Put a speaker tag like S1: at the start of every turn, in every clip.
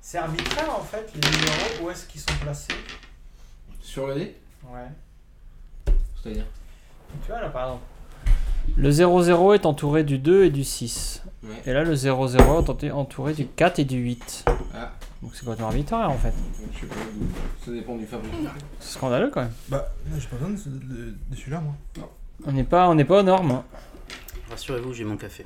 S1: C'est arbitraire en fait, les numéros, où est-ce qu'ils sont placés
S2: Sur le dé
S1: Ouais.
S2: C'est-à-dire
S1: Tu vois là par exemple.
S3: Le 0-0 est entouré du 2 et du 6.
S2: Ouais.
S3: Et là, le 0-0 est entouré- entouré du 4 et du 8.
S2: Ah,
S3: Donc c'est complètement arbitraire en fait.
S2: donc je sais pas d'où. Ça dépend du fabricant.
S3: C'est scandaleux quand même.
S4: Bah, là, j'ai pas besoin de, ce- de- de celui-là, moi.
S3: On n'est pas, on n'est pas aux normes. hein.
S5: Rassurez-vous, j'ai mon café.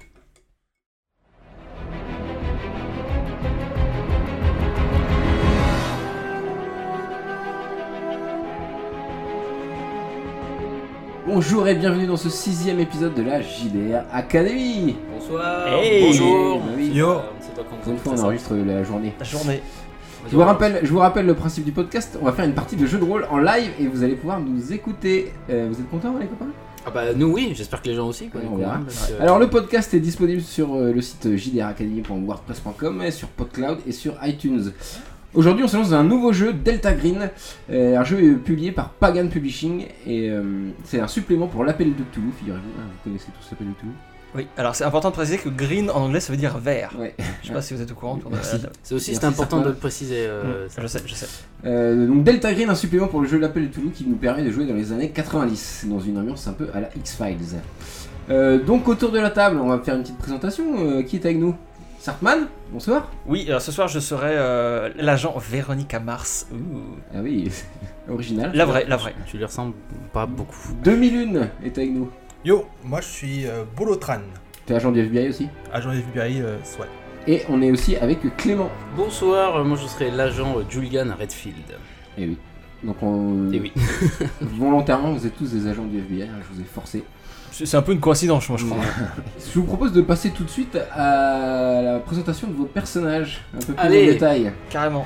S2: Bonjour et bienvenue dans ce sixième épisode de la JDR Academy
S5: Bonsoir.
S3: Hey.
S5: Bonjour.
S2: Bah oui.
S4: Yo.
S5: Euh, on ne sait pas quand
S2: Pour une fois,
S5: on
S2: on
S5: ça.
S2: enregistre la journée.
S3: La journée.
S2: Je vous, rappelle, je vous rappelle le principe du podcast, on va faire une partie de jeu de rôle en live et vous allez pouvoir nous écouter. Euh, vous êtes contents les copains
S5: Ah bah nous oui, j'espère que les gens aussi. Quoi,
S2: Ouais,
S5: du
S2: on
S5: coup,
S2: verra.
S5: hein, parce que-
S2: Alors le podcast est disponible sur euh, le site jdracademy.wordpress.com, et sur PodCloud et sur iTunes. Aujourd'hui on se lance dans un nouveau jeu, Delta Green, euh, un jeu euh, publié par Pagan Publishing et euh, c'est un supplément pour l'appel de Toulouse, figurez-vous, Ah, vous connaissez tous l'appel de Toulouse.
S3: Oui, alors c'est important de préciser que green en anglais ça veut dire vert.
S2: Ouais.
S3: Je sais pas si vous êtes au courant. autour de la
S2: Merci.
S3: table.
S5: C'est aussi c'est
S2: Merci,
S5: important
S2: Sarkozy. Mm.
S5: de le préciser. euh, ça.
S3: je sais, je sais.
S2: Euh, donc Delta Green, un supplément pour le jeu L'Appel de Toulouse qui nous permet de jouer dans les années 90, dans une ambiance un peu à la X-Files. Euh, donc autour de la table, on va faire une petite présentation. Euh, qui est avec nous Sartman, bonsoir.
S3: Oui, alors ce soir je serai euh, l'agent Véronica Mars. Ouh.
S2: Ah oui, original.
S3: La vraie, la vraie.
S5: Tu lui ressembles pas beaucoup.
S2: 2001 est avec nous.
S4: Yo, moi je suis euh, Bolotran,
S2: T'es agent du FBI aussi.
S4: agent FBI, euh, SWAT.
S2: Et on est aussi avec Clément.
S5: Bonsoir, euh, moi je serai l'agent euh, Julian Redfield.
S2: Et oui. Donc on...
S5: Et Eh oui.
S2: volontairement, vous êtes tous des agents du FBI, hein, je vous ai forcé.
S3: C'est c'est un peu une coïncidence, moi je crois.
S2: Je vous propose de passer tout de suite à la présentation de vos personnages, un peu plus
S5: Allez.
S2: en détail.
S3: Carrément.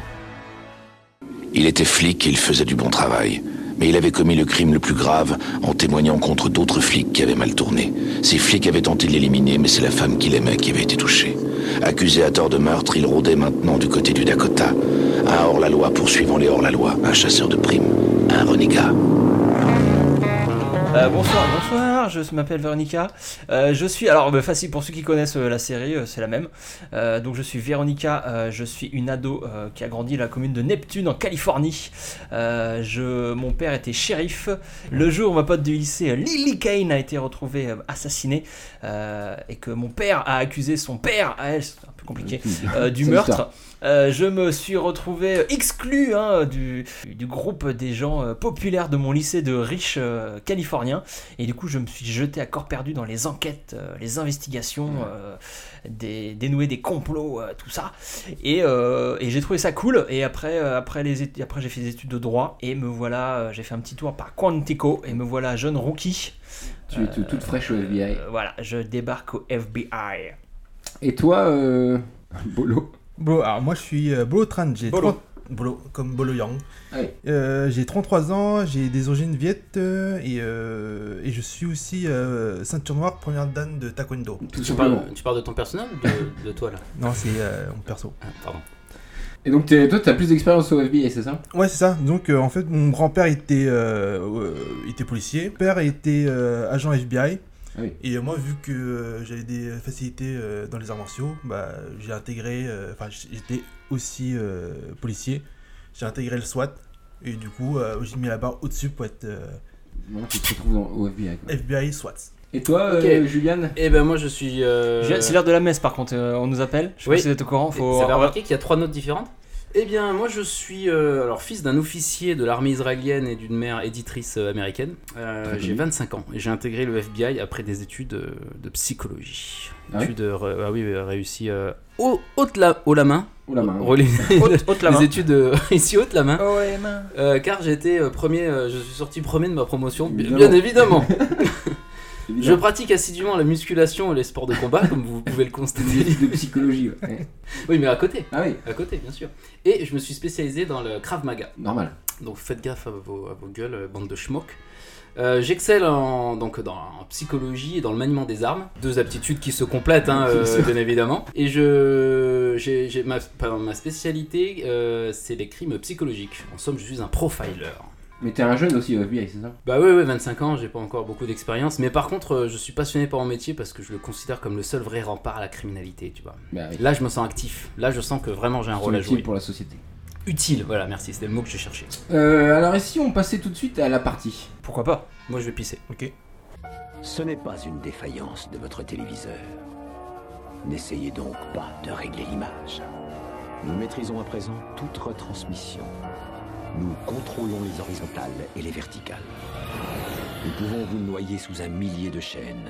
S6: Il était flic et il faisait du bon travail. Mais il avait commis le crime le plus grave en témoignant contre d'autres flics qui avaient mal tourné. Ces flics avaient tenté de l'éliminer, mais c'est la femme qu'il aimait qui avait été touchée. Accusé à tort de meurtre, il rôdait maintenant du côté du Dakota. Un hors-la-loi poursuivant les hors-la-loi, un chasseur de primes, un renégat.
S3: Euh, bonsoir, bonsoir, je m'appelle Véronica. Euh, je suis, alors bah, facile pour ceux qui connaissent euh, la série, euh, c'est la même. Euh, donc je suis Véronica, euh, je suis une ado euh, qui a grandi dans la commune de Neptune en Californie. Euh, je, mon père était shérif. Le jour où ma pote du lycée euh, Lily Kane a été retrouvée euh, assassinée euh, et que mon père a accusé son père à elle, c'est un peu compliqué, euh, du
S2: C'est
S3: meurtre. Euh, je me suis retrouvé exclu hein, du, du groupe des gens euh, populaires de mon lycée de riches euh, californiens. Et du coup, je me suis jeté à corps perdu dans les enquêtes, euh, les investigations, euh, des, dénouer des complots, euh, tout ça. Et, euh, et j'ai trouvé ça cool. Et après, euh, après, les études, après j'ai fait des études de droit. Et me voilà, euh, j'ai fait un petit tour par Quantico. Et me voilà jeune rookie.
S2: Tu es toute fraîche au FBI.
S3: Euh, voilà, je débarque au FBI.
S2: Et toi, euh... Bolo
S4: Bolo, alors moi je suis euh, Bolotran, j'ai
S3: Bolo.
S4: 30 Bolo, comme Bolo Yang.
S2: Ah oui.
S4: Euh, j'ai 33 ans, j'ai des origines viettes euh, et, euh, et je suis aussi euh, ceinture noire, première dame de taekwondo.
S2: Tout
S5: Tu
S2: simplement.
S5: parles, tu parles de ton personnage ou de, de toi là
S4: Non, c'est euh, mon perso.
S5: Ah, Pardon.
S2: Et donc t'es- toi, t'as plus d'expérience au FBI, c'est ça
S4: Ouais, c'est ça. Donc, euh, en fait, mon grand-père était, euh, euh, était policier. Mon père était euh, agent FBI.
S2: Ah oui.
S4: Et euh, moi, vu que euh, j'avais des facilités euh, dans les arts martiaux, bah, j'ai intégré. euh, Enfin, j- j'étais aussi euh, policier. J'ai intégré le SWAT. Et du coup, euh, j'ai mis la barre au-dessus pour être euh,
S2: Non, tu te retrouves dans- au FBI. quoi.
S4: FBI SWAT.
S2: Et toi,
S5: Ok.
S2: euh, Juliane
S5: Eh ben moi je suis. euh,
S3: Je- C'est l'heure de la messe, par contre. euh, on nous appelle. Je sais
S5: Oui.
S3: pas si vous êtes au courant. Faut...
S5: Vous avez remarqué qu'il y a trois notes différentes Eh bien, moi je suis euh, alors fils d'un officier de l'armée israélienne et d'une mère éditrice euh, américaine. Euh,
S2: Très
S5: j'ai
S2: connu.
S5: 25 ans et j'ai intégré le FBI après des études euh, de psychologie.
S2: Ah ouais
S5: études euh, ah oui, oui, réussies euh, haut, haute la, haut la main.
S2: Oh la main.
S5: Relais-
S3: Haute- haute la
S5: des
S3: main.
S5: études euh, réussies haute la main.
S3: Oh, les mains.
S5: Euh, car j'étais euh, premier, euh, je suis sorti premier de ma promotion, bi-
S2: Évidemment.
S5: bien évidemment. Je
S2: Évidemment.
S5: pratique assidûment la musculation et les sports de combat, comme vous pouvez le
S2: Des
S5: constater.
S2: études de psychologie. ouais.
S5: Oui, mais à côté,
S2: Ah oui,
S5: à côté, bien sûr. Et je me suis spécialisé dans le Krav Maga.
S2: normal.
S5: Donc faites gaffe à vos, à vos gueules, euh, bande de schmock. Euh, J'excelle en, donc dans, en psychologie et dans le maniement des armes, deux aptitudes qui se complètent hein, euh,
S2: Bien sûr.
S5: bien évidemment. Et je, j'ai j'ai- ma, pardon, ma spécialité, euh, c'est les crimes psychologiques. En somme, je suis un profiler.
S2: Mais t'es un jeune aussi au FBI, c'est ça
S5: Bah oui, oui, 25 ans, j'ai pas encore beaucoup d'expérience, mais par contre, euh, je suis passionné par mon métier parce que je le considère comme le seul vrai rempart à la criminalité, tu vois.
S2: Bah oui.
S5: Là, je me sens actif. Là, je sens que vraiment j'ai un rôle à jouer.
S2: pour la société.
S5: Utile, voilà, merci, c'était le mot que je cherchais.
S2: Euh, alors, et si on passait tout de suite à la partie
S3: Pourquoi pas
S5: Moi, je vais pisser.
S4: Ok.
S7: Ce n'est pas une défaillance de votre téléviseur. N'essayez donc pas de régler l'image. Nous maîtrisons à présent toute retransmission. Nous contrôlons les horizontales et les verticales. Nous pouvons vous noyer sous un millier de chaînes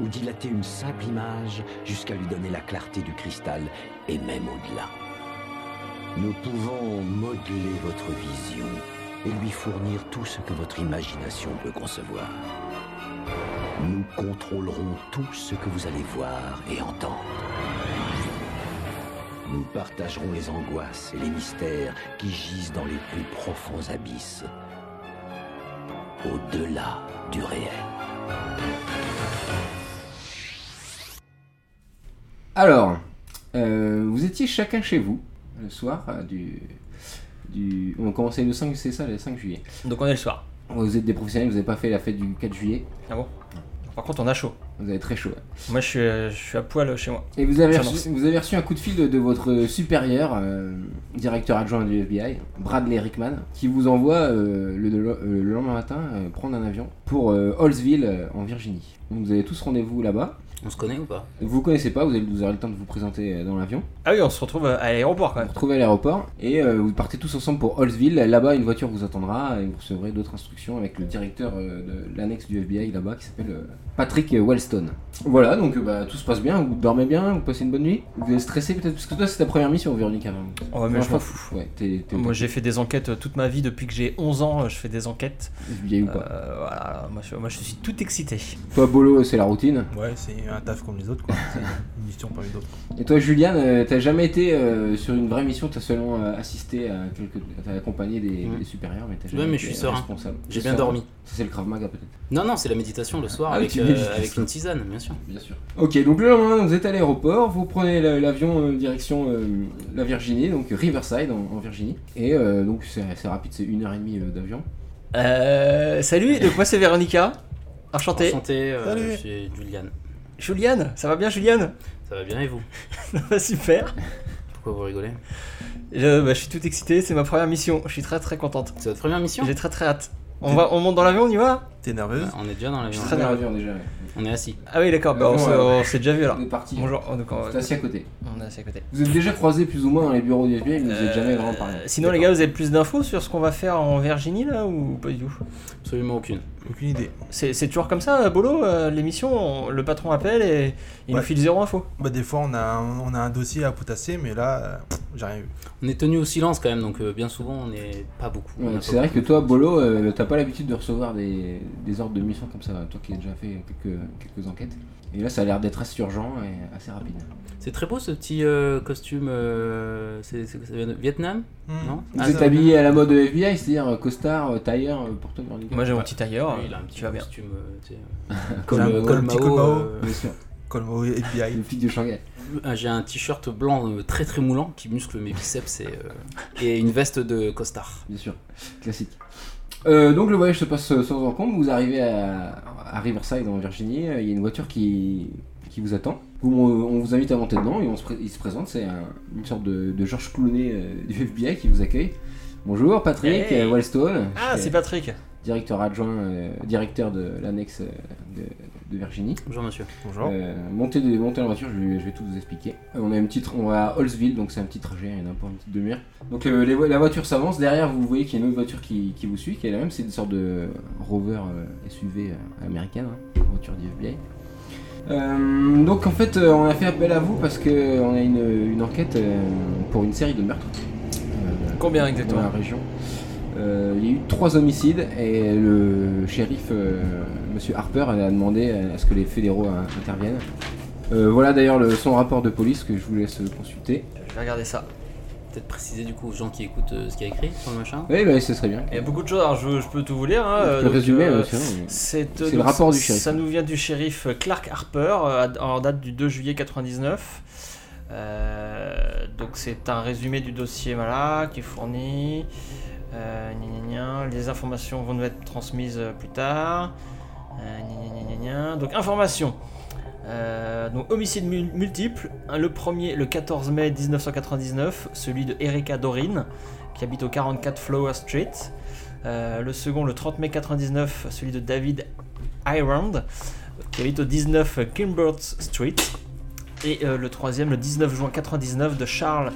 S7: ou dilater une simple image jusqu'à lui donner la clarté du cristal et même au-delà. Nous pouvons modeler votre vision et lui fournir tout ce que votre imagination peut concevoir. Nous contrôlerons tout ce que vous allez voir et entendre. Nous partagerons les angoisses et les mystères qui gisent dans les plus profonds abysses, au-delà du réel.
S2: Alors, euh, vous étiez chacun chez vous le soir euh, du. du... On commençait le 5, c'est ça, le 5 juillet.
S3: Donc on est le soir.
S2: Vous êtes des professionnels, vous n'avez pas fait la fête du 4 juillet,
S3: Ah bon Par contre, on a chaud.
S2: vous avez très chaud.
S3: Moi, je suis, euh, je suis à poil chez moi.
S2: Et vous avez,
S3: Ça
S2: reçu, vous avez reçu un coup de fil de, de votre supérieur, euh, directeur adjoint du FBI, Bradley Rickman, qui vous envoie euh, le, le- euh, le lendemain matin euh, prendre un avion pour euh, Hallsville, euh, en Virginie. Donc vous avez tous rendez-vous là-bas.
S5: On se connaît ou pas
S2: Vous connaissez pas, vous, avez, vous aurez le temps de vous présenter euh, dans l'avion.
S3: Ah oui, on se retrouve à l'aéroport quand
S2: Vous vous
S3: même.
S2: retrouvez à l'aéroport et euh, vous partez tous ensemble pour Hallsville. Là-bas, une voiture vous attendra et vous recevrez d'autres instructions avec le directeur euh, de l'annexe du FBI là-bas qui s'appelle euh, Patrick Wellstone. Voilà, donc euh, bah, tout se passe bien, vous dormez bien, vous passez une bonne nuit. Vous êtes stressé peut-être parce que toi c'est ta première mission, Véronique. avant.
S3: Oh, mais je m'en fous.
S2: Ouais, t'es t'es au
S3: Moi, j'ai fait des enquêtes euh, toute ma vie. Depuis que j'ai 11 ans, euh, je fais des enquêtes.
S2: FBI ou pas.
S3: Euh, voilà, moi je, moi, je suis tout excité.
S2: Toi, Bolo, c'est la routine.
S4: Ouais, c'est un taf comme les autres, quoi. C'est une mission parmi d'autres.
S2: Et toi, Juliane, euh, t'as jamais été euh, sur une vraie mission, t'as seulement euh, assisté à quelques. T'as accompagné des,
S5: Mm.
S2: des supérieurs, mais t'as
S5: Ouais,
S2: jamais
S5: mais
S2: été
S5: je suis serein.
S2: responsable.
S5: J'ai
S2: T'es
S5: bien
S2: serein.
S5: dormi.
S2: Ça, c'est le Krav Maga peut-être.
S5: Non, non, c'est la méditation le soir
S2: Ah oui,
S5: avec,
S2: tu
S5: euh,
S2: médites.
S5: avec une tisane, bien sûr.
S2: Bien sûr. Ok, donc le lendemain, vous êtes à l'aéroport, vous prenez la- l'avion euh, direction euh, la Virginie, donc Riverside en, en Virginie. Et euh, donc c'est c'est rapide, c'est une heure et demie euh, d'avion.
S3: Euh, salut, donc moi c'est Véronica. Enchantée.
S5: Enchanté, euh,
S4: Salut.
S5: je suis Julian.
S3: Juliane, ça va bien Juliane
S5: Ça va bien et vous
S3: Super.
S5: Pourquoi vous rigolez
S3: Je, bah, je suis tout excité, c'est ma première mission. Je suis très très contente.
S5: C'est votre première mission
S3: J'ai très très hâte. On, va, on monte dans l'avion, on y va
S4: T'es nerveuse
S5: Ouais, On est déjà dans l'avion.
S3: Je suis très-
S2: Première avion déjà. ouais.
S5: On est assis.
S3: Ah oui, d'accord, bah, on
S2: Ouais,
S3: s'est-
S2: ouais.
S3: on s'est déjà vu alors.
S2: On est parti.
S3: Bonjour, oh, donc, on,
S2: Vous êtes assis à côté.
S3: on est assis à côté.
S2: Vous êtes déjà croisés plus ou moins dans les bureaux du FBI, mais vous n'êtes jamais
S3: Euh,
S2: vraiment parlé.
S3: Sinon, les
S2: D'accord.
S3: gars, vous avez plus d'infos sur ce qu'on va faire en Virginie là ou pas du tout
S5: Absolument aucune.
S4: Aucune idée.
S3: C'est c'est toujours comme ça, Bolo euh, L'émission, on- le patron appelle et il nous
S4: Ouais.
S3: file zéro info.
S4: Bah, des fois, on a un, on a un dossier à potasser, mais là, euh, pff, j'ai rien vu.
S5: On est tenu au silence quand même, donc euh, bien souvent on n'est pas beaucoup.
S2: Ouais,
S5: On a
S2: c'est
S5: pas
S2: vrai que
S5: beaucoup.
S2: toi, Bolo, euh, t'as pas l'habitude de recevoir des, des ordres de mission comme ça, toi qui as déjà fait quelques, quelques enquêtes. Et là, ça a l'air d'être assez urgent et assez rapide.
S3: Ah,
S5: C'est très beau ce petit euh, costume. euh, c'est, c'est- ça vient de Vietnam
S4: Hmm.
S5: Non
S2: Vous
S5: Ah,
S2: êtes
S4: ça-
S2: habillé à la mode FBI, c'est-à-dire euh, costard, euh, tailleur, euh, pour toi, Véronique
S3: Moi j'ai mon petit tailleur,
S5: oui, il a un petit
S3: Oh, tu vas bien.
S5: costume. euh, tu sais, euh,
S4: J'ai un-
S5: col-
S4: un
S5: col
S4: petit
S5: Mao,
S4: col Mao.
S5: euh,
S2: Bien sûr,
S4: Comme au FBI.
S2: le flic de Shanghai.
S5: Ah, J'ai un t-shirt blanc euh, très très moulant qui muscle mes biceps et, euh, et une veste de costard.
S2: bien sûr, classique. Euh, donc le voyage se passe euh, sans encombre, vous arrivez à, à Riverside en Virginie, euh, il y a une voiture qui, qui vous attend. Vous- on, on vous invite à monter dedans et on se pré- il se présente, c'est un- une sorte de, de George Clooney euh, du FBI qui vous accueille. Bonjour Patrick
S3: Hey.
S2: euh, Wellstone,
S3: Ah,
S2: je suis,
S3: c'est Patrick
S2: directeur adjoint, euh, directeur de l'annexe euh, de- de Virginie.
S5: Bonjour monsieur.
S4: Bonjour.
S2: Euh, monter, de, monter en voiture, je, vais- je vais tout vous expliquer. Euh, On a un petit, tra- on va à Hallsville, donc c'est un petit trajet, il y en a pour une petite demi-heure. Donc euh, les vo- la voiture s'avance, derrière vous voyez qu'il y a une autre voiture qui, qui vous suit, qui est la même, c'est une sorte de rover euh, SUV euh, américaine, hein, voiture du FBI. Euh, donc en fait, euh, on a fait appel à vous parce que euh, on a une, une enquête euh, pour une série de meurtres. Euh,
S3: Combien
S2: dans la
S3: exactement
S2: région. Euh, il y a eu trois homicides et le shérif, euh, Monsieur Harper, a demandé à ce que les fédéraux euh, interviennent. Euh, voilà d'ailleurs le- son rapport de police que je vous laisse consulter.
S3: Je vais regarder ça.
S5: Peut-être préciser du coup aux gens qui écoutent euh, ce qu'il y a écrit sur le machin.
S2: Oui, bah, ce serait bien.
S3: Il y a beaucoup de choses, alors je, je peux tout vous lire. Hein,
S2: Je
S3: euh,
S2: peux
S3: donc,
S2: résumer,
S3: euh,
S2: euh, sinon, mais-
S3: C'est euh,
S2: C'est le
S3: donc,
S2: rapport du
S3: ça-
S2: shérif.
S3: Ça nous vient du shérif Clark Harper, euh, en date du 2 juillet 99. Euh, donc c'est un résumé du dossier voilà, qui est fourni. Euh, gna gna gna, les informations vont nous être transmises euh, plus tard. Euh, gna gna gna gna gna. Donc informations. Euh, donc homicide mul- multiple, Hein, le premier le 14 mai 1999, celui de Erika Dorin, qui habite au 44 Flower Street. Euh, le second le 30 mai 99, celui de David Irond, qui habite au 19 Kimbert Street. Et euh, le troisième le 19 juin 99 de Charles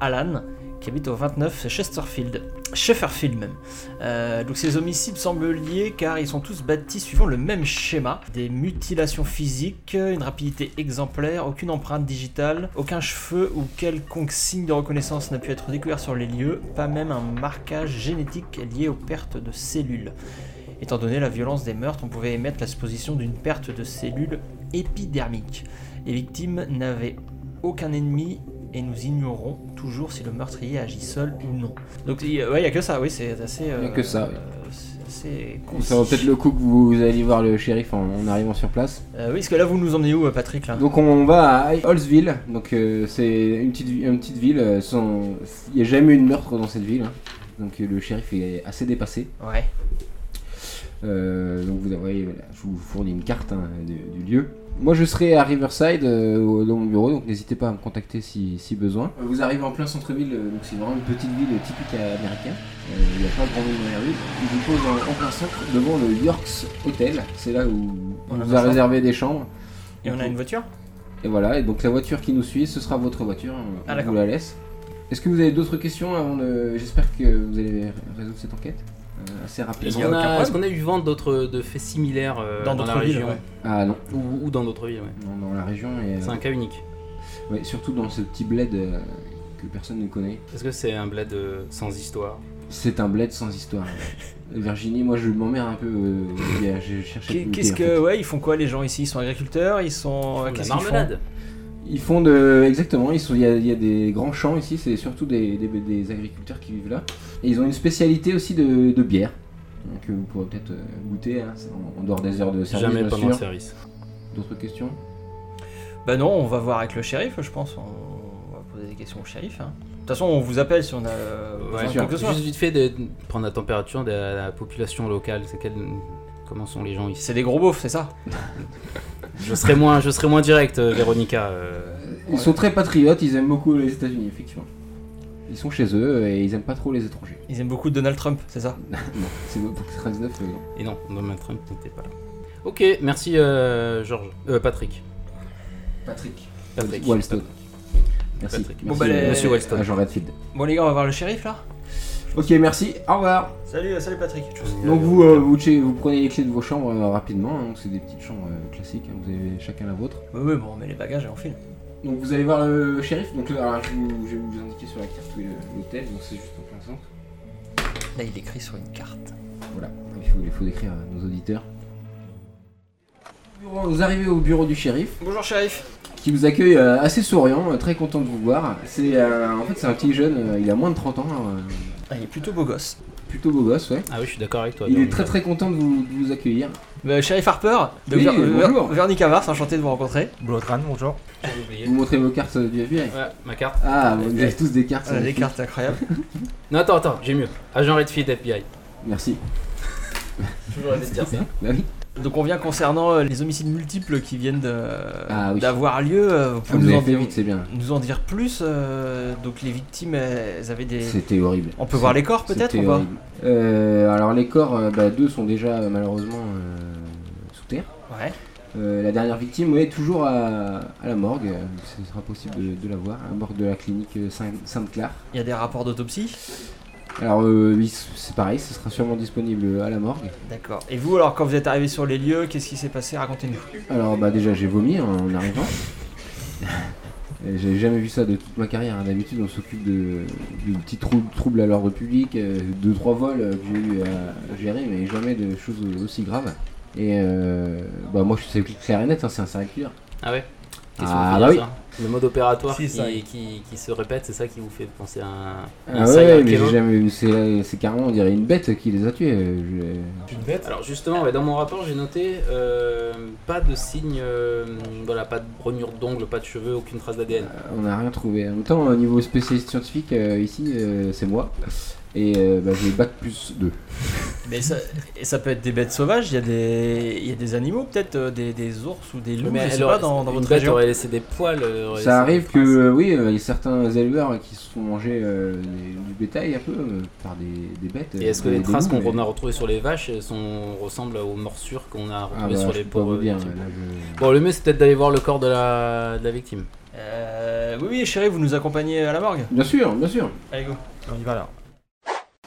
S3: Allan, qui habite au 29, c'est Chesterfield. Shefferfield même. Euh, donc ces homicides semblent liés car ils sont tous bâtis suivant le même schéma. Des mutilations physiques, une rapidité exemplaire, aucune empreinte digitale, aucun cheveu ou quelconque signe de reconnaissance n'a pu être découvert sur les lieux, pas même un marquage génétique lié aux pertes de cellules. Étant donné la violence des meurtres, on pouvait émettre la supposition d'une perte de cellules épidermiques. Les victimes n'avaient aucun ennemi et nous ignorons toujours si le meurtrier agit seul ou non. Donc il n'y a que ça, oui, c'est assez... euh,
S2: Il y a que ça, oui.
S3: c'est assez
S2: Ça vaut
S3: concis.
S2: peut-être le coup que vous allez voir le shérif en, en arrivant sur place.
S3: Euh, oui, parce que là, vous nous emmenez où, euh, Patrick là
S2: Donc on va à Hallsville, donc euh, c'est une petite, vi- une petite ville, euh, sans... il n'y a jamais eu de meurtre dans cette ville, hein. donc euh, le shérif est assez dépassé.
S3: Ouais.
S2: Euh, donc vous avez, voilà, je vous fournis une carte hein, de- du lieu. Moi je serai à Riverside euh, au- dans mon bureau, donc n'hésitez pas à me contacter si, si besoin. Euh, Vous arrivez en plein centre-ville, euh, donc c'est vraiment une petite ville typique euh, américaine. Euh, Il n'y a pas de grand monde dans la rue. Il vous pose en, en plein centre devant le York's Hotel. C'est là où
S3: On
S2: on
S3: a
S2: vous
S3: pas
S2: a
S3: ça.
S2: réservé des chambres.
S3: Et on a une voiture
S2: Et voilà, et donc la voiture qui nous suit, ce sera votre voiture, Euh, on
S3: Ah, d'accord.
S2: vous la laisse. Est-ce que vous avez d'autres questions avant de... J'espère que vous allez ré- résoudre cette enquête euh, assez
S5: Est-ce
S2: rapidement.
S5: qu'on
S3: aucun
S5: a, est-ce
S3: problème.
S5: qu'on a eu vente d'autres de faits similaires euh,
S3: Dans
S5: dans, la
S3: d'autres villes,
S5: région
S3: ouais.
S2: Ah non,
S5: ou, ou dans d'autres villes ouais.
S2: non, dans la région, et, euh,
S5: C'est un cas unique.
S2: ouais, surtout dans ce petit bled euh, que personne ne connaît.
S5: Est-ce que c'est un bled euh, sans histoire
S2: C'est un bled sans histoire. Virginie, moi je m'emmerde un peu, euh, il y a- je cherche à
S3: Qu'est-
S2: te
S3: Qu'est-ce
S2: lutter, en
S3: que.
S2: fait.
S3: Ouais, ils font quoi les gens ici Ils sont agriculteurs Ils sont.
S5: De La
S3: qu'est-ce qu'ils font
S5: marmelade
S2: Ils font de. Exactement, ils sont... il, y a, il y a des grands champs ici, c'est surtout des, des- des agriculteurs qui vivent là. Et ils ont une spécialité aussi de, de bière, hein, que vous pourrez peut-être euh, goûter, hein, c'est en, en dehors des heures de service.
S5: Jamais
S2: bien
S5: pendant le
S2: sûr.
S5: service.
S2: D'autres questions
S3: Bah non, on va voir avec le shérif, je pense. On va poser des questions au shérif. hein. De toute façon, on vous appelle si on a. euh, besoin
S5: Ouais,
S3: de
S2: sûr.
S3: quelque chose.
S5: Juste vite fait de prendre la température de la, la population locale. C'est quel- Comment sont les gens ici
S3: C'est des gros beaufs, c'est ça
S5: Je serai moins, je serai moins direct, euh, Véronica. euh.
S2: Ils sont très patriotes, ils aiment beaucoup les États-Unis, effectivement. Ils sont chez eux et ils aiment pas trop les étrangers.
S3: Ils aiment beaucoup Donald Trump, c'est ça
S2: non, c'est pour 99. euh, non.
S5: Et non, Donald Trump n'était pas là. Ok, merci euh, Georges. Euh, Patrick.
S2: Patrick.
S5: Patrick.
S2: Wallstone. Merci.
S5: Patrick.
S2: Merci,
S3: Bon, bah, les-
S5: Monsieur
S2: euh,
S5: Wellstone.
S2: agent Redfield.
S3: Bon, les gars, on va voir le shérif là
S2: Ok, merci. Au revoir.
S1: Salut, euh, salut Patrick.
S2: Donc vous, euh, vous, che- vous prenez les clés de vos chambres euh, rapidement, hein, donc c'est des petites chambres euh, classiques, hein, vous avez chacun la vôtre.
S3: Bah oui, bon, on met les bagages et on file.
S2: Donc vous allez voir le shérif, donc le- alors, je, vous- je vais vous indiquer sur la carte où est le- l'hôtel, donc c'est juste en plein centre.
S3: Là, il écrit sur une carte.
S2: Voilà, il faut, il faut décrire à nos auditeurs. Bureau- Vous arrivez au bureau du shérif,
S3: Bonjour, shérif
S2: qui vous accueille euh, assez souriant, euh, très content de vous voir. C'est euh, en fait c'est un petit jeune, euh, il a moins de 30 ans, hein, euh,
S3: Ah, il est plutôt beau gosse.
S2: plutôt beau gosse, ouais.
S5: Ah oui, je suis d'accord avec toi.
S2: Il est
S5: Véronica.
S2: très très content de vous, de vous accueillir.
S3: Bah, shérif Harper, de
S2: Oui,
S3: Ver- euh, Ver-
S2: bonjour.
S3: Vernica Mars, enchanté de vous rencontrer.
S4: Boulot de crâne, bonjour.
S5: J'ai oublié.
S2: Vous montrez vos cartes euh, du FBI.
S5: Ouais, ma carte.
S2: Ah, vous avez tous des cartes.
S3: On a
S2: euh,
S3: des cartes incroyables.
S5: Non, attends, attends, j'ai mieux. Agent Redfield FBI.
S2: Merci.
S5: Toujours aimé se dire ça.
S2: Bah oui.
S3: Donc on vient concernant euh, les homicides multiples qui viennent de-
S2: Ah oui.
S3: d'avoir lieu. euh, Vous
S2: Ah,
S3: pouvez
S2: vous
S3: nous,
S2: avez
S3: en
S2: fait
S3: dire,
S2: vite, c'est bien.
S3: nous en dire plus euh, Donc les victimes, elles avaient des...
S2: C'était horrible.
S3: On peut voir les corps peut-être ou pas
S2: Euh, Alors les corps, euh, bah, deux sont déjà euh, malheureusement euh, sous terre.
S3: Ouais.
S2: Euh, la dernière victime est toujours à, à la morgue, euh, ce sera possible de, de la voir, à la morgue de la clinique euh, Saint- Sainte-Claire.
S3: Il y a des rapports d'autopsie
S2: Alors euh, oui, c- c'est pareil, ce sera sûrement disponible euh, à la morgue.
S3: D'accord. Et vous alors quand vous êtes arrivé sur les lieux, qu'est-ce qui s'est passé Racontez-nous.
S2: Alors bah déjà j'ai vomi en arrivant. Euh, J'ai jamais vu ça de toute ma carrière. hein. D'habitude, on s'occupe de, de petits trou- troubles à l'ordre public, euh, deux trois vols euh, que j'ai eu à gérer, mais jamais de choses aussi graves. Et euh, bah moi, je sais clair et net, hein, c'est un serial killer.
S5: Ah ouais Qu'est-ce que vous
S2: Ah
S5: faites
S2: bah
S5: à
S2: oui.
S5: ça hein Le mode opératoire
S4: Si,
S5: qui,
S4: ça.
S5: qui- qui se répète, c'est ça qui vous fait penser à un.
S2: Ah
S5: Ça, il y a
S2: ouais,
S5: un
S2: mais j'ai
S5: kélo.
S2: jamais vu. C'est c'est carrément, on dirait une bête qui les a tués. euh,
S4: Tu une bête
S5: Alors justement, ouais, dans mon rapport, j'ai noté euh, pas de signe, euh, voilà, pas de brunure d'ongle, pas de cheveux, aucune trace d'ADN.
S2: je- On n'a rien trouvé. En même temps, au niveau spécialiste scientifique, euh, ici, euh, c'est moi. Et euh, bah, j'ai bac plus 2.
S3: Mais ça, et ça peut être des bêtes sauvages, il y a des, il y a des animaux, peut-être euh, des, des ours ou des loups, je sais
S5: alors,
S3: pas, dans, dans
S5: une
S3: votre
S5: bête
S3: région.
S5: aurait laissé des poils. euh, aurait laissé des
S2: Ça arrive que,
S5: traces.
S2: euh, oui, euh, il y a certains éleveurs qui se font manger euh, des- du bétail un peu euh, par des, des bêtes.
S5: Et est-ce que
S2: euh,
S5: les
S2: des
S5: traces
S2: loups,
S5: qu'on
S2: mais-
S5: a retrouvées sur les vaches elles sont, ressemblent aux morsures qu'on a
S2: Ah,
S5: retrouvées
S2: bah,
S5: sur
S2: je
S5: les
S2: peux pas vous
S5: pauvres euh,
S2: dire.
S5: victimes
S2: là, je-
S5: Bon, le mieux c'est peut-être d'aller voir le corps de la, de la victime.
S3: Euh, oui, oui, chérie, vous nous accompagnez à la morgue
S2: Bien sûr, bien sûr.
S3: Allez, go.
S4: On y va là.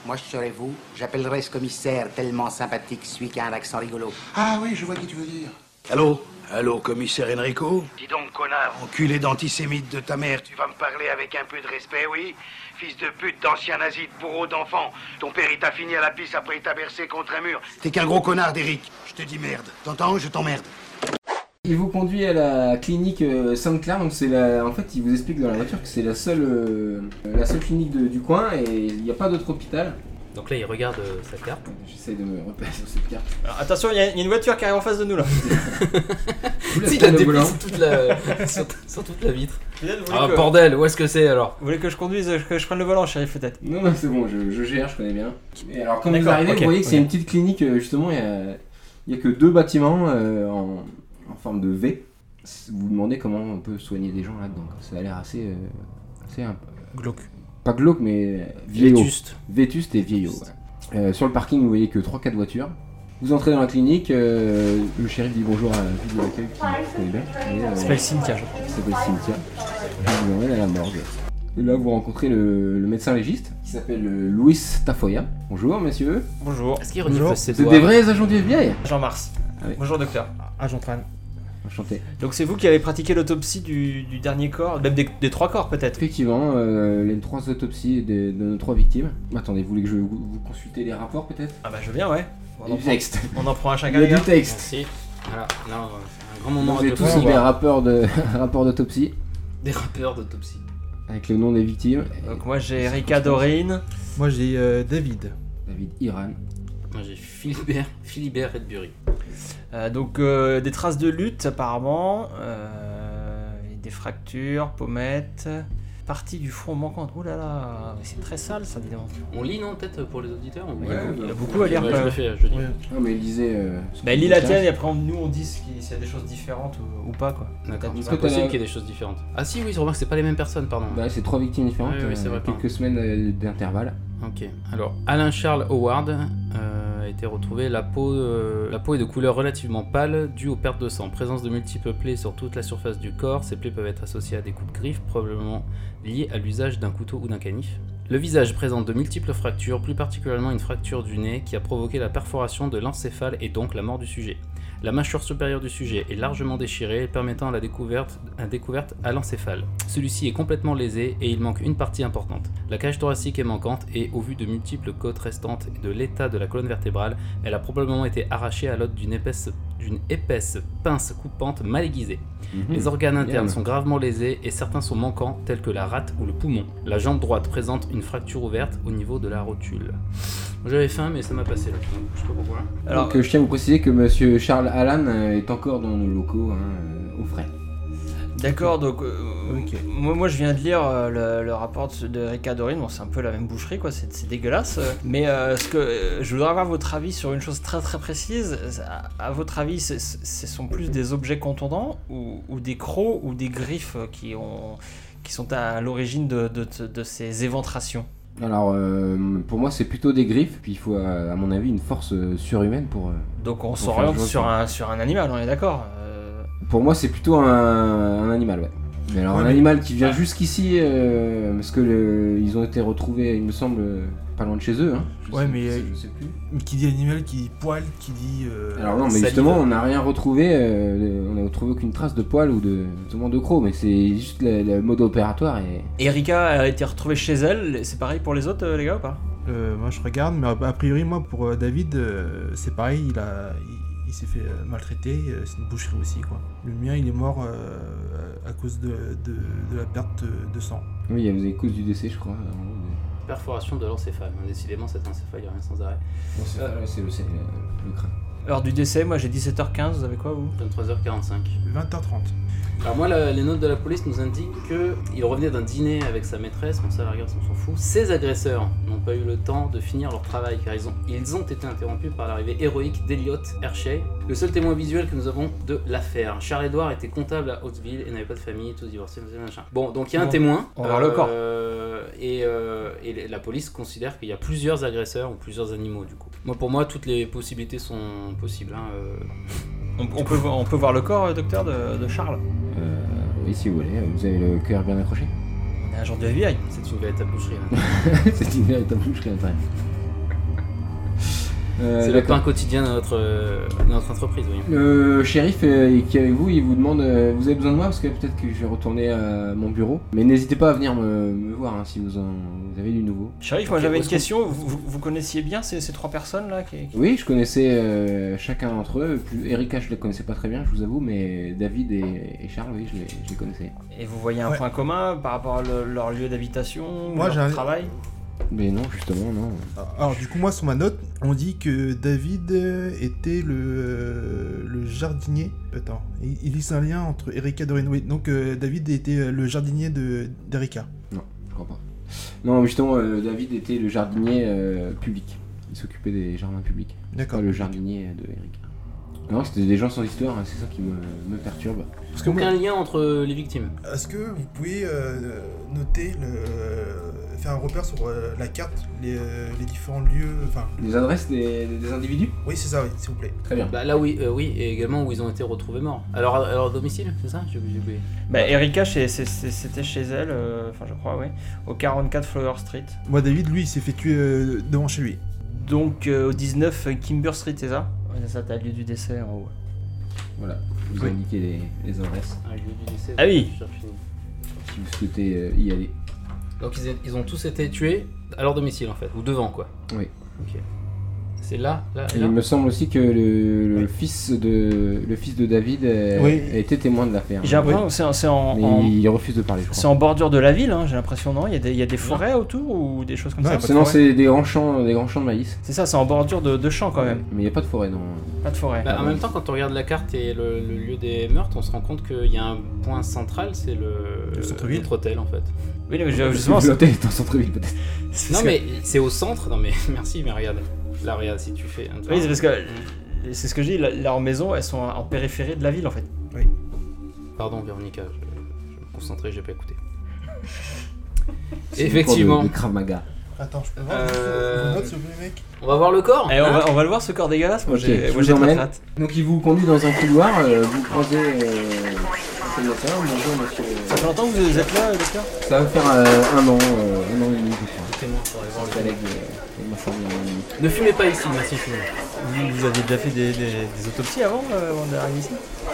S8: Moi, je serais vous. J'appellerais ce commissaire tellement sympathique, celui qui a un accent rigolo.
S9: Ah oui, je vois qui tu veux dire.
S7: Allô Allô, commissaire Enrico
S9: Dis donc, connard,
S7: Enculé d'antisémite de ta mère,
S9: tu vas me parler avec un peu de respect, oui Fils de pute, d'ancien nazi, de bourreau d'enfant. Ton père, il t'a fini à la pisse après il t'a bercé contre un mur.
S7: T'es qu'un gros connard, Derrick. Je te dis merde. T'entends Je t'emmerde.
S2: Il vous conduit à la clinique euh, Sainte-Claire, donc c'est la. En fait, il vous explique dans la voiture que c'est la seule, euh, la seule clinique de- du coin et il n'y a pas d'autre hôpital.
S5: Donc là, il regarde euh, sa carte.
S2: J'essaie de me repérer sur cette carte.
S3: Alors, attention, il y, a il y a une voiture qui arrive en face de nous là.
S2: Vous la
S5: Si, il a
S2: tournez au
S5: des
S2: volant.
S5: sur toute la, sur, sur toute la vitre.
S3: Peut-être vous voulez,
S5: Ah,
S3: que,
S5: bordel, où est-ce que c'est alors
S3: vous voulez que je conduise, que je prenne le volant, chérie, peut-être
S2: Non, non, c'est bon, je, je gère, je connais bien. Et alors, quand vous
S3: D'accord,
S2: arrivez,
S3: ok,
S2: vous voyez que c'est
S3: ok.
S2: une petite clinique, euh, justement, il y a- il n'y a, que deux bâtiments euh, en, en forme de V. Vous vous demandez comment on peut soigner des gens là-dedans. quoi. Ça a l'air assez. euh, assez un-
S4: Glauque.
S2: pas glauque, mais euh, vieillot.
S5: Vétuste.
S2: Vétuste et vieillot. ouais. Euh, sur le parking, vous voyez que 3-4 voitures. Vous entrez dans la clinique, euh, le shérif dit bonjour à la ville de l'accueil qui connaît bien. et, euh,
S3: C'est pas le cimetière, je crois.
S2: qui s'appelle Cynthia. Vous vous rendez à la morgue. Et là, vous rencontrez le, le médecin légiste qui s'appelle euh, Luis Tafoya. Bonjour, messieurs.
S3: Bonjour,
S5: Est-ce qu'il renifle
S4: Bonjour.
S5: ses
S2: Vous êtes
S5: doigts
S2: des vrais agents du FBI
S3: Jean-Mars.
S2: Ah oui.
S3: Bonjour, docteur.
S4: Agent Tran.
S2: Enchanté.
S3: Donc, c'est vous qui avez pratiqué l'autopsie du, du dernier corps, même des, des trois corps peut-être
S2: Effectivement, euh, les trois autopsies de, de nos trois victimes. Attendez, vous voulez que je vous, vous consultez les rapports peut-être
S3: Ah, bah, je viens, ouais. On en,
S2: Du
S3: prend,
S2: texte.
S3: on en prend un
S2: Il
S3: chacun,
S2: y a
S3: les
S2: du
S3: gars.
S2: texte.
S5: Merci. Voilà, là, on- un
S2: Vous
S5: grand moment
S2: avez
S5: de
S2: tous eu des rapports de- rapports d'autopsie
S5: des rappeurs d'autopsie.
S2: avec le nom des victimes.
S3: Donc, moi j'ai Erika Dorine.
S4: Moi j'ai euh, David.
S2: David Iran.
S5: Moi j'ai Philibert, Philibert Redbury.
S3: Euh, donc, euh, des traces de lutte apparemment. Euh, et des fractures, pommettes. Partie du front manquante. Ouh là là, mais c'est très sale ça, dis donc.
S5: On lit non peut-être pour les auditeurs ou-
S2: Ouais,
S3: Il y
S2: bah,
S3: a beaucoup à lire
S5: Ouais,
S3: quand
S5: je
S3: même.
S5: le fais, je le dis.
S4: Ouais.
S2: Non, mais il disait. euh, ce
S3: Bah,
S2: qui
S3: lis la
S2: m'intéresse.
S3: tienne et après on- nous on dit ce qui- s'il y a des choses différentes ou, ou pas quoi.
S5: D'accord.
S2: Est-ce
S5: C'est
S2: que t'as
S5: impossible
S2: la-
S5: qu'il y ait des choses différentes. Ah si, oui, je remarque, c'est pas les mêmes personnes, pardon.
S2: Bah, c'est trois victimes différentes,
S5: Ouais, ouais, c'est
S2: euh,
S5: vrai,
S2: quelques semaines euh, d'intervalle.
S5: Ok. Alors, Alain Charles Howard euh, a été retrouvé. La peau, euh, la peau est de couleur relativement pâle, due aux pertes de sang. Présence de multiples plaies sur toute la surface du corps. Ces plaies peuvent être associées à des coups de griffe, probablement liées à l'usage d'un couteau ou d'un canif. Le visage présente de multiples fractures, plus particulièrement une fracture du nez qui a provoqué la perforation de l'encéphale et donc la mort du sujet. La mâchoire supérieure du sujet est largement déchirée, permettant la découverte, la découverte à l'encéphale. Celui-ci est complètement lésé et il manque une partie importante. La cage thoracique est manquante et, au vu de multiples côtes restantes et de l'état de la colonne vertébrale, elle a probablement été arrachée à l'aide d'une épaisse, d'une épaisse pince coupante mal aiguisée. Les organes internes
S2: Mmh. Bien.
S5: sont gravement lésés et certains sont manquants, tels que la rate ou le poumon. La jambe droite présente une fracture ouverte au niveau de la rotule. J'avais faim, mais ça m'a passé là. Je sais pas pourquoi.
S3: Alors,
S2: Donc, euh, je tiens à vous préciser que monsieur Charles Allan euh, est encore dans nos locaux, hein, euh, au frais.
S3: D'accord, donc euh,
S4: Ok.
S3: moi, moi je viens de lire euh, le, le rapport de, ce- de Erika Dorine, bon c'est un peu la même boucherie quoi, c'est c'est dégueulasse. euh, Mais euh, ce que euh, je voudrais avoir votre avis sur une chose très très précise. À, à votre avis, c'est- c'est- ce sont plus des objets contondants ou, ou des crocs ou des griffes euh, qui ont qui sont à l'origine de, de- de- de ces éventrations.
S2: Alors, euh, pour moi, c'est plutôt des griffes, puis il faut, à, à mon avis, une force euh, surhumaine pour. euh,
S3: Donc on
S2: faire
S3: s'oriente
S2: jouer
S3: sur
S2: le-
S3: un, sur un animal, on est d'accord euh,
S2: Pour moi, c'est plutôt un, un animal, ouais. Mais alors,
S4: Ouais,
S2: un
S4: mais- ah.
S2: animal qui vient jusqu'ici, euh, parce que le- ils ont été retrouvés, il me semble, euh, pas loin de chez eux. Hein. Je
S4: Ouais,
S2: sais-
S4: mais,
S2: je sais-
S4: euh,
S2: je sais plus.
S4: Qui dit animal, qui dit poil, qui dit. euh,
S2: Alors non, mais
S5: salive.
S2: justement, on n'a rien retrouvé, euh, on n'a retrouvé aucune trace de poils ou de, justement, de crocs, mais c'est juste le, le mode opératoire et...
S3: Erika a été retrouvée chez elle, c'est pareil pour les autres euh, les gars ou pas
S4: euh, moi je regarde, mais a a priori, moi pour euh, David, euh, c'est pareil, il a. Il, il s'est fait euh, maltraiter, euh, c'est une boucherie aussi quoi. Le mien il est mort euh, à cause de, de, de la perte de sang.
S2: Oui, il y avait cause du décès, je crois. euh,
S5: Perforation de l'encéphale. Décidément, cette encéphale, il y a rien sans arrêt.
S2: non, c'est pas- ouais, c'est le, c'est le- le crâne.
S3: Heure du décès, moi j'ai 17h15, vous avez quoi vous
S5: 23h45.
S4: 20h30.
S5: Alors moi, la- les notes de la police nous indiquent que il revenait d'un dîner avec sa maîtresse, bon ça la regarde, on s'en fout. Ses agresseurs n'ont pas eu le temps de finir leur travail car ils ont, ils ont été interrompus par l'arrivée héroïque d'Eliot Hershey, le seul témoin visuel que nous avons de l'affaire. Charles-Édouard était comptable à Hauteville et n'avait pas de famille, tous divorcés, machin, machin. Bon, donc il y a un
S3: Bon,
S5: témoin.
S3: on va voir le corps.
S5: Euh, et, euh, et la police considère qu'il y a plusieurs agresseurs ou plusieurs animaux du coup. Moi pour moi toutes les possibilités sont possibles. hein, euh.
S3: on, on peut, voir- on peut voir le corps, euh, docteur, de, de Charles
S2: Euh, oui, si vous voulez, vous avez le cœur bien accroché.
S3: On est agent de FBI.
S5: C'est une véritable boucherie. hein.
S2: c'est une véritable boucherie à l'intérieur. Euh,
S5: C'est le
S2: d'accord.
S5: pain quotidien de notre, euh, de notre entreprise, oui.
S2: Le shérif euh, qui est avec vous, il vous demande euh, Vous avez besoin de moi Parce que peut-être que je vais retourner à mon bureau. Mais n'hésitez pas à venir me, me voir hein, si vous, en, vous avez du nouveau.
S3: Sheriff, moi
S5: Ok,
S3: j'avais
S5: où
S3: une
S5: est-ce qu'on-
S3: question. Vous, vous- vous connaissiez bien ces, ces trois personnes là qui, qui-
S2: Oui, je connaissais euh, chacun d'entre eux. Plus Erika, je ne les connaissais pas très bien, je vous avoue, mais David et, et Charles, oui, je les, je les connaissais.
S3: Et vous voyez un
S4: Ouais.
S3: point commun par rapport à le- leur lieu d'habitation,
S4: Moi, j'ai
S3: leur
S4: un-
S3: travail
S2: Mais non, justement, non.
S4: Ah, Alors du coup moi sur ma note, on dit que David euh, était le, euh, le jardinier. Attends, il, il lisse un lien entre Erika Dorinway. Donc euh, David était euh, le jardinier de d'Erika.
S2: Je crois pas. Non, justement, euh, David était le jardinier euh, public. Il s'occupait des jardins publics.
S4: D'accord.
S2: Pas le jardinier de Eric. Non, c'était des gens sans histoire, hein, c'est ça qui me, me perturbe.
S4: Parce que
S5: Aucun
S4: moi-
S5: lien entre euh, les victimes.
S4: Est-ce que vous pouvez euh, noter le faire un repère sur euh, la carte les, euh, les différents lieux. Enfin
S2: Les adresses des, des individus
S4: oui c'est ça oui s'il vous plaît.
S2: Très bien.
S5: Bah là, oui, euh, oui, et également où ils ont été retrouvés morts. Alors, à à leur domicile, c'est ça J'ai j'ai oublié.
S3: Bah, Erika, chez- c'est- c'est- c'était chez elle, euh, enfin je crois, oui, au 44 Flower Street.
S4: Moi David lui il s'est fait tuer euh, devant chez lui.
S3: Donc euh, au 19 Kimber Street, c'est ça Ouais, C'est ça, t'as le lieu du décès en haut.
S2: Voilà, je vous
S3: Oui.
S2: indiquez les, les adresses
S5: Ah, le lieu du décès,
S3: Ah oui.
S5: je cherche une-
S2: si vous souhaitez euh, y aller.
S5: Donc, ils, ils ont tous été tués à leur domicile, en fait, ou devant, quoi.
S2: Oui.
S5: Ok. C'est là, là, et
S2: Et
S5: là.
S2: il me semble aussi que le, le
S4: Oui.
S2: fils, de, le fils de David euh,
S4: Oui.
S2: a été témoin de l'affaire.
S3: J'ai l'impression que c'est en- c'est en,
S2: Mais
S3: en-
S2: il refuse de parler, je
S3: c'est
S2: crois.
S3: en bordure de la ville, hein, j'ai l'impression, non il y, a des- il y a des forêts autour ou des choses comme
S4: Non,
S3: ça
S4: pas de
S2: Sinon,
S4: forêt.
S2: c'est des grands champs, des grands champs de maïs.
S3: C'est ça, c'est en bordure de, de champs quand même,
S2: Mais il n'y a pas de forêt, non.
S3: pas de forêt.
S5: Bah, en même temps, quand on regarde la carte et le, le lieu des meurtres, on se rend compte qu'il y a un point central, c'est le,
S4: Le centre-ville.
S5: notre hôtel, en fait.
S3: Oui, non, mais je- Euh, justement, c'est-
S2: L'hôtel est en centre-ville, peut-être.
S3: c'est-
S5: Non,
S3: c'est-
S5: mais c'est au centre. Non, mais merci, mais regarde. Là, regarde, si tu fais. un-
S3: Oui, c'est parce que c'est ce que je dis, la- leurs maisons, elles sont en périphérie de la ville en fait.
S5: Pardon, Véronica, je, je me concentrais, j'ai pas écouté.
S2: C'est une cour de-
S5: Effectivement.
S2: De Krav Maga.
S4: Attends je peux
S5: voir Euh, vos notes, s'il
S4: vous plaît mec.
S5: On va voir le corps
S3: Eh, on,
S5: hein
S3: va, on va le voir ce corps dégueulasse, moi
S2: Ok,
S3: j'ai
S2: je
S3: moi,
S2: vous
S3: j'ai très
S2: emmène.
S3: hâte.
S5: Eh.
S2: Donc il vous conduit dans un couloir, euh, vous croisez euh, un sénateur, bonjour monsieur.
S3: Ça fait longtemps que vous êtes là, euh, docteur
S2: Ça va faire euh, un an, euh, un an et demi je crois.
S5: Écoutez-moi, on va
S2: Mon
S5: voir le
S2: collègue euh, et ma famille, un an et demi.
S5: corps. Ne fumez pas ici, merci fumez.
S3: vous, vous aviez déjà fait des, des- des autopsies avant, euh, avant d'arriver ici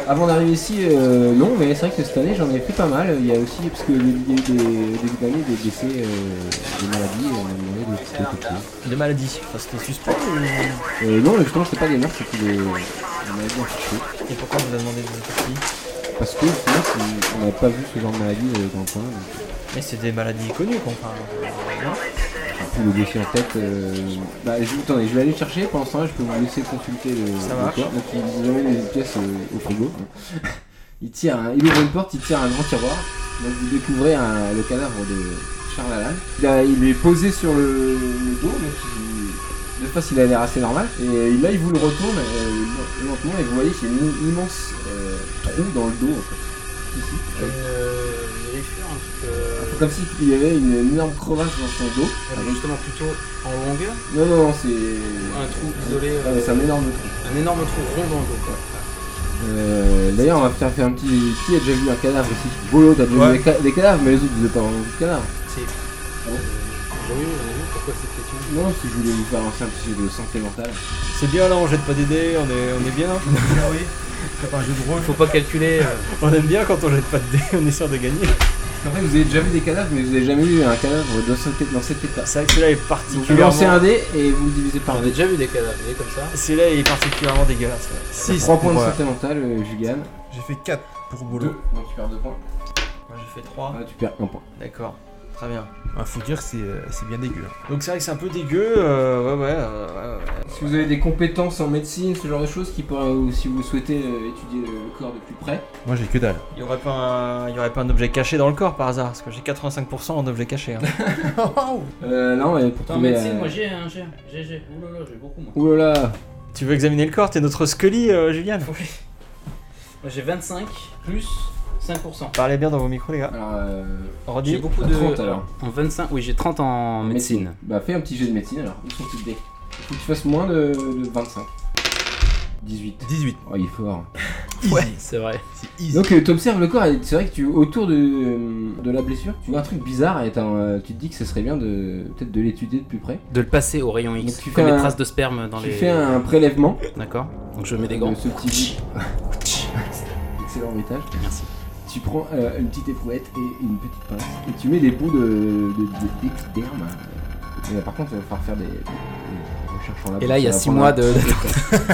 S2: Avant d'arriver ici, euh, non, mais c'est vrai que cette année j'en ai fait pas mal. Il y a aussi, parce que il y a eu des, au début d'année, des décès, euh, des maladies, et on a demandé de petites autopsies.
S3: Des maladies, enfin, c'était suspect ou-
S2: Euh, non, justement, c'était pas des meurtres, c'était des, des maladies infectieuses.
S3: Et pourquoi on vous a demandé des autopsies
S2: Parce que sinon, c'est- on n'a pas vu ce genre de maladie euh, dans le coin. donc,
S3: Mais c'est des maladies connues quoi, enfin. euh, non
S2: Tout le dossier en tête. euh, Bah, je, attendez, je vais aller le chercher. Pendant ce temps-là, je peux vous laisser consulter le,
S3: Ça
S2: le
S3: marche.
S2: corps. Donc, il amène les pièces euh, au frigo. il tire, un- il ouvre une porte, il tire un grand tiroir. Donc, vous découvrez un- le cadavre de Charles Allan. Il, a- il est posé sur le, le dos, donc il- de face, il a l'air assez normal. Et là, il vous le retourne euh, lentement et vous voyez qu'il y a une immense euh, trou dans le dos. en fait. Ici.
S5: Une euh, une rayure, un truc. euh,
S2: Comme s'il y avait une, énorme crevasse dans son dos.
S5: avec Justement, plutôt en longueur,
S2: Non, non, non, c'est.
S5: un trou isolé,
S2: Ah, mais
S5: euh,
S2: c'est un énorme trou.
S5: un énorme trou rond dans le dos. quoi. Ah,
S2: Euh, D'ailleurs, on va faire, faire un petit. Qui a déjà vu un cadavre ici Bolo, t'as déjà
S4: Ouais.
S2: vu des, ca- des cadavres, mais les autres, vous avez pas vraiment vu de cadavre.
S5: C'est.
S2: bon
S5: Euh, j'ai oui, j'en ai vu, pourquoi cette question
S2: Non, parce que je voulais vous faire un simple sujet de santé mentale.
S3: C'est bien là, on jette pas des dés, on est, on est bien. hein.
S4: Ah oui. C'est pas un jeu de rôle.
S5: Faut pas calculer. euh,
S3: On aime bien quand on jette pas de dés, on est sûr de gagner.
S2: En fait, vous avez déjà vu des cadavres, mais vous avez jamais vu un cadavre dans cet, dans cet état.
S3: C'est vrai que celui-là est
S2: Donc, vous lancez
S3: particulièrement.
S2: un dé et vous le divisez par
S5: J'en ai
S2: deux.
S5: déjà vu des cadavres, vous voyez, comme ça.
S3: Celui-là est particulièrement dégueulasse. ouais.
S4: 6
S2: 3 points de santé mentale, euh, Julian.
S4: J'ai fait 4 pour Bolo.
S2: Donc, tu perds 2 points.
S3: fais 3.
S2: Ah, tu perds un point.
S3: D'accord, très bien.
S4: Ah, faut dire que c'est euh, c'est bien dégueu. hein.
S3: Donc c'est vrai que c'est un peu dégueu. euh, ouais, ouais, euh, ouais, ouais.
S2: Si vous avez des compétences en médecine, ce genre de choses, qui pourraient, ou si vous souhaitez euh, étudier le corps de plus près,
S4: Moi j'ai que dalle.
S3: Il y aurait pas un, il y aurait pas un objet caché dans le corps par hasard, parce que j'ai 85% en objet caché. hein.
S2: euh, non, mais pour
S5: Attends,
S2: trouver,
S5: médecine,
S2: euh,
S5: moi j'ai un, j'ai un, j'ai, j'ai. Oulala, j'ai beaucoup moins.
S2: Ouh là là
S3: tu veux examiner le corps T'es notre Scully, euh, Julian
S5: Moi j'ai 25 plus 5%.
S3: Parlez bien dans vos micros, les gars.
S2: Alors, euh,
S5: J'ai
S3: Redis.
S5: beaucoup
S2: t'as
S5: de.
S2: 30 alors.
S5: En 25, oui, j'ai 30 en médecine.
S2: Bah, fais un petit jeu de médecine alors. Où sont tes dés Faut que tu fasses moins de, de 25. 18.
S4: 18.
S2: Oh, il est fort.
S5: Ouais, c'est vrai.
S4: C'est easy.
S2: Donc, euh, t'observes le corps et c'est vrai que tu, autour de, euh, de la blessure, tu vois un truc bizarre et t'as un, euh, tu te dis que ce serait bien de peut-être de l'étudier de plus près.
S5: De le passer au rayon X.
S2: Donc, tu
S5: comme
S2: fais
S5: les
S2: un-
S5: traces de sperme dans
S2: tu
S5: les.
S2: fais un prélèvement
S5: D'accord. Donc je mets des gants.
S2: de ce petit bout. Excellent bruitage.
S5: Merci.
S2: Tu prends euh, une petite éprouette et une petite pince et tu mets des bouts de, de, de- d'exterme. Et là, par contre, il va falloir faire des, des- des recherches en labo.
S5: Et là, il y a
S2: Ça va
S5: 6
S2: prendre
S5: mois
S2: un
S5: de.
S2: petit peu temps.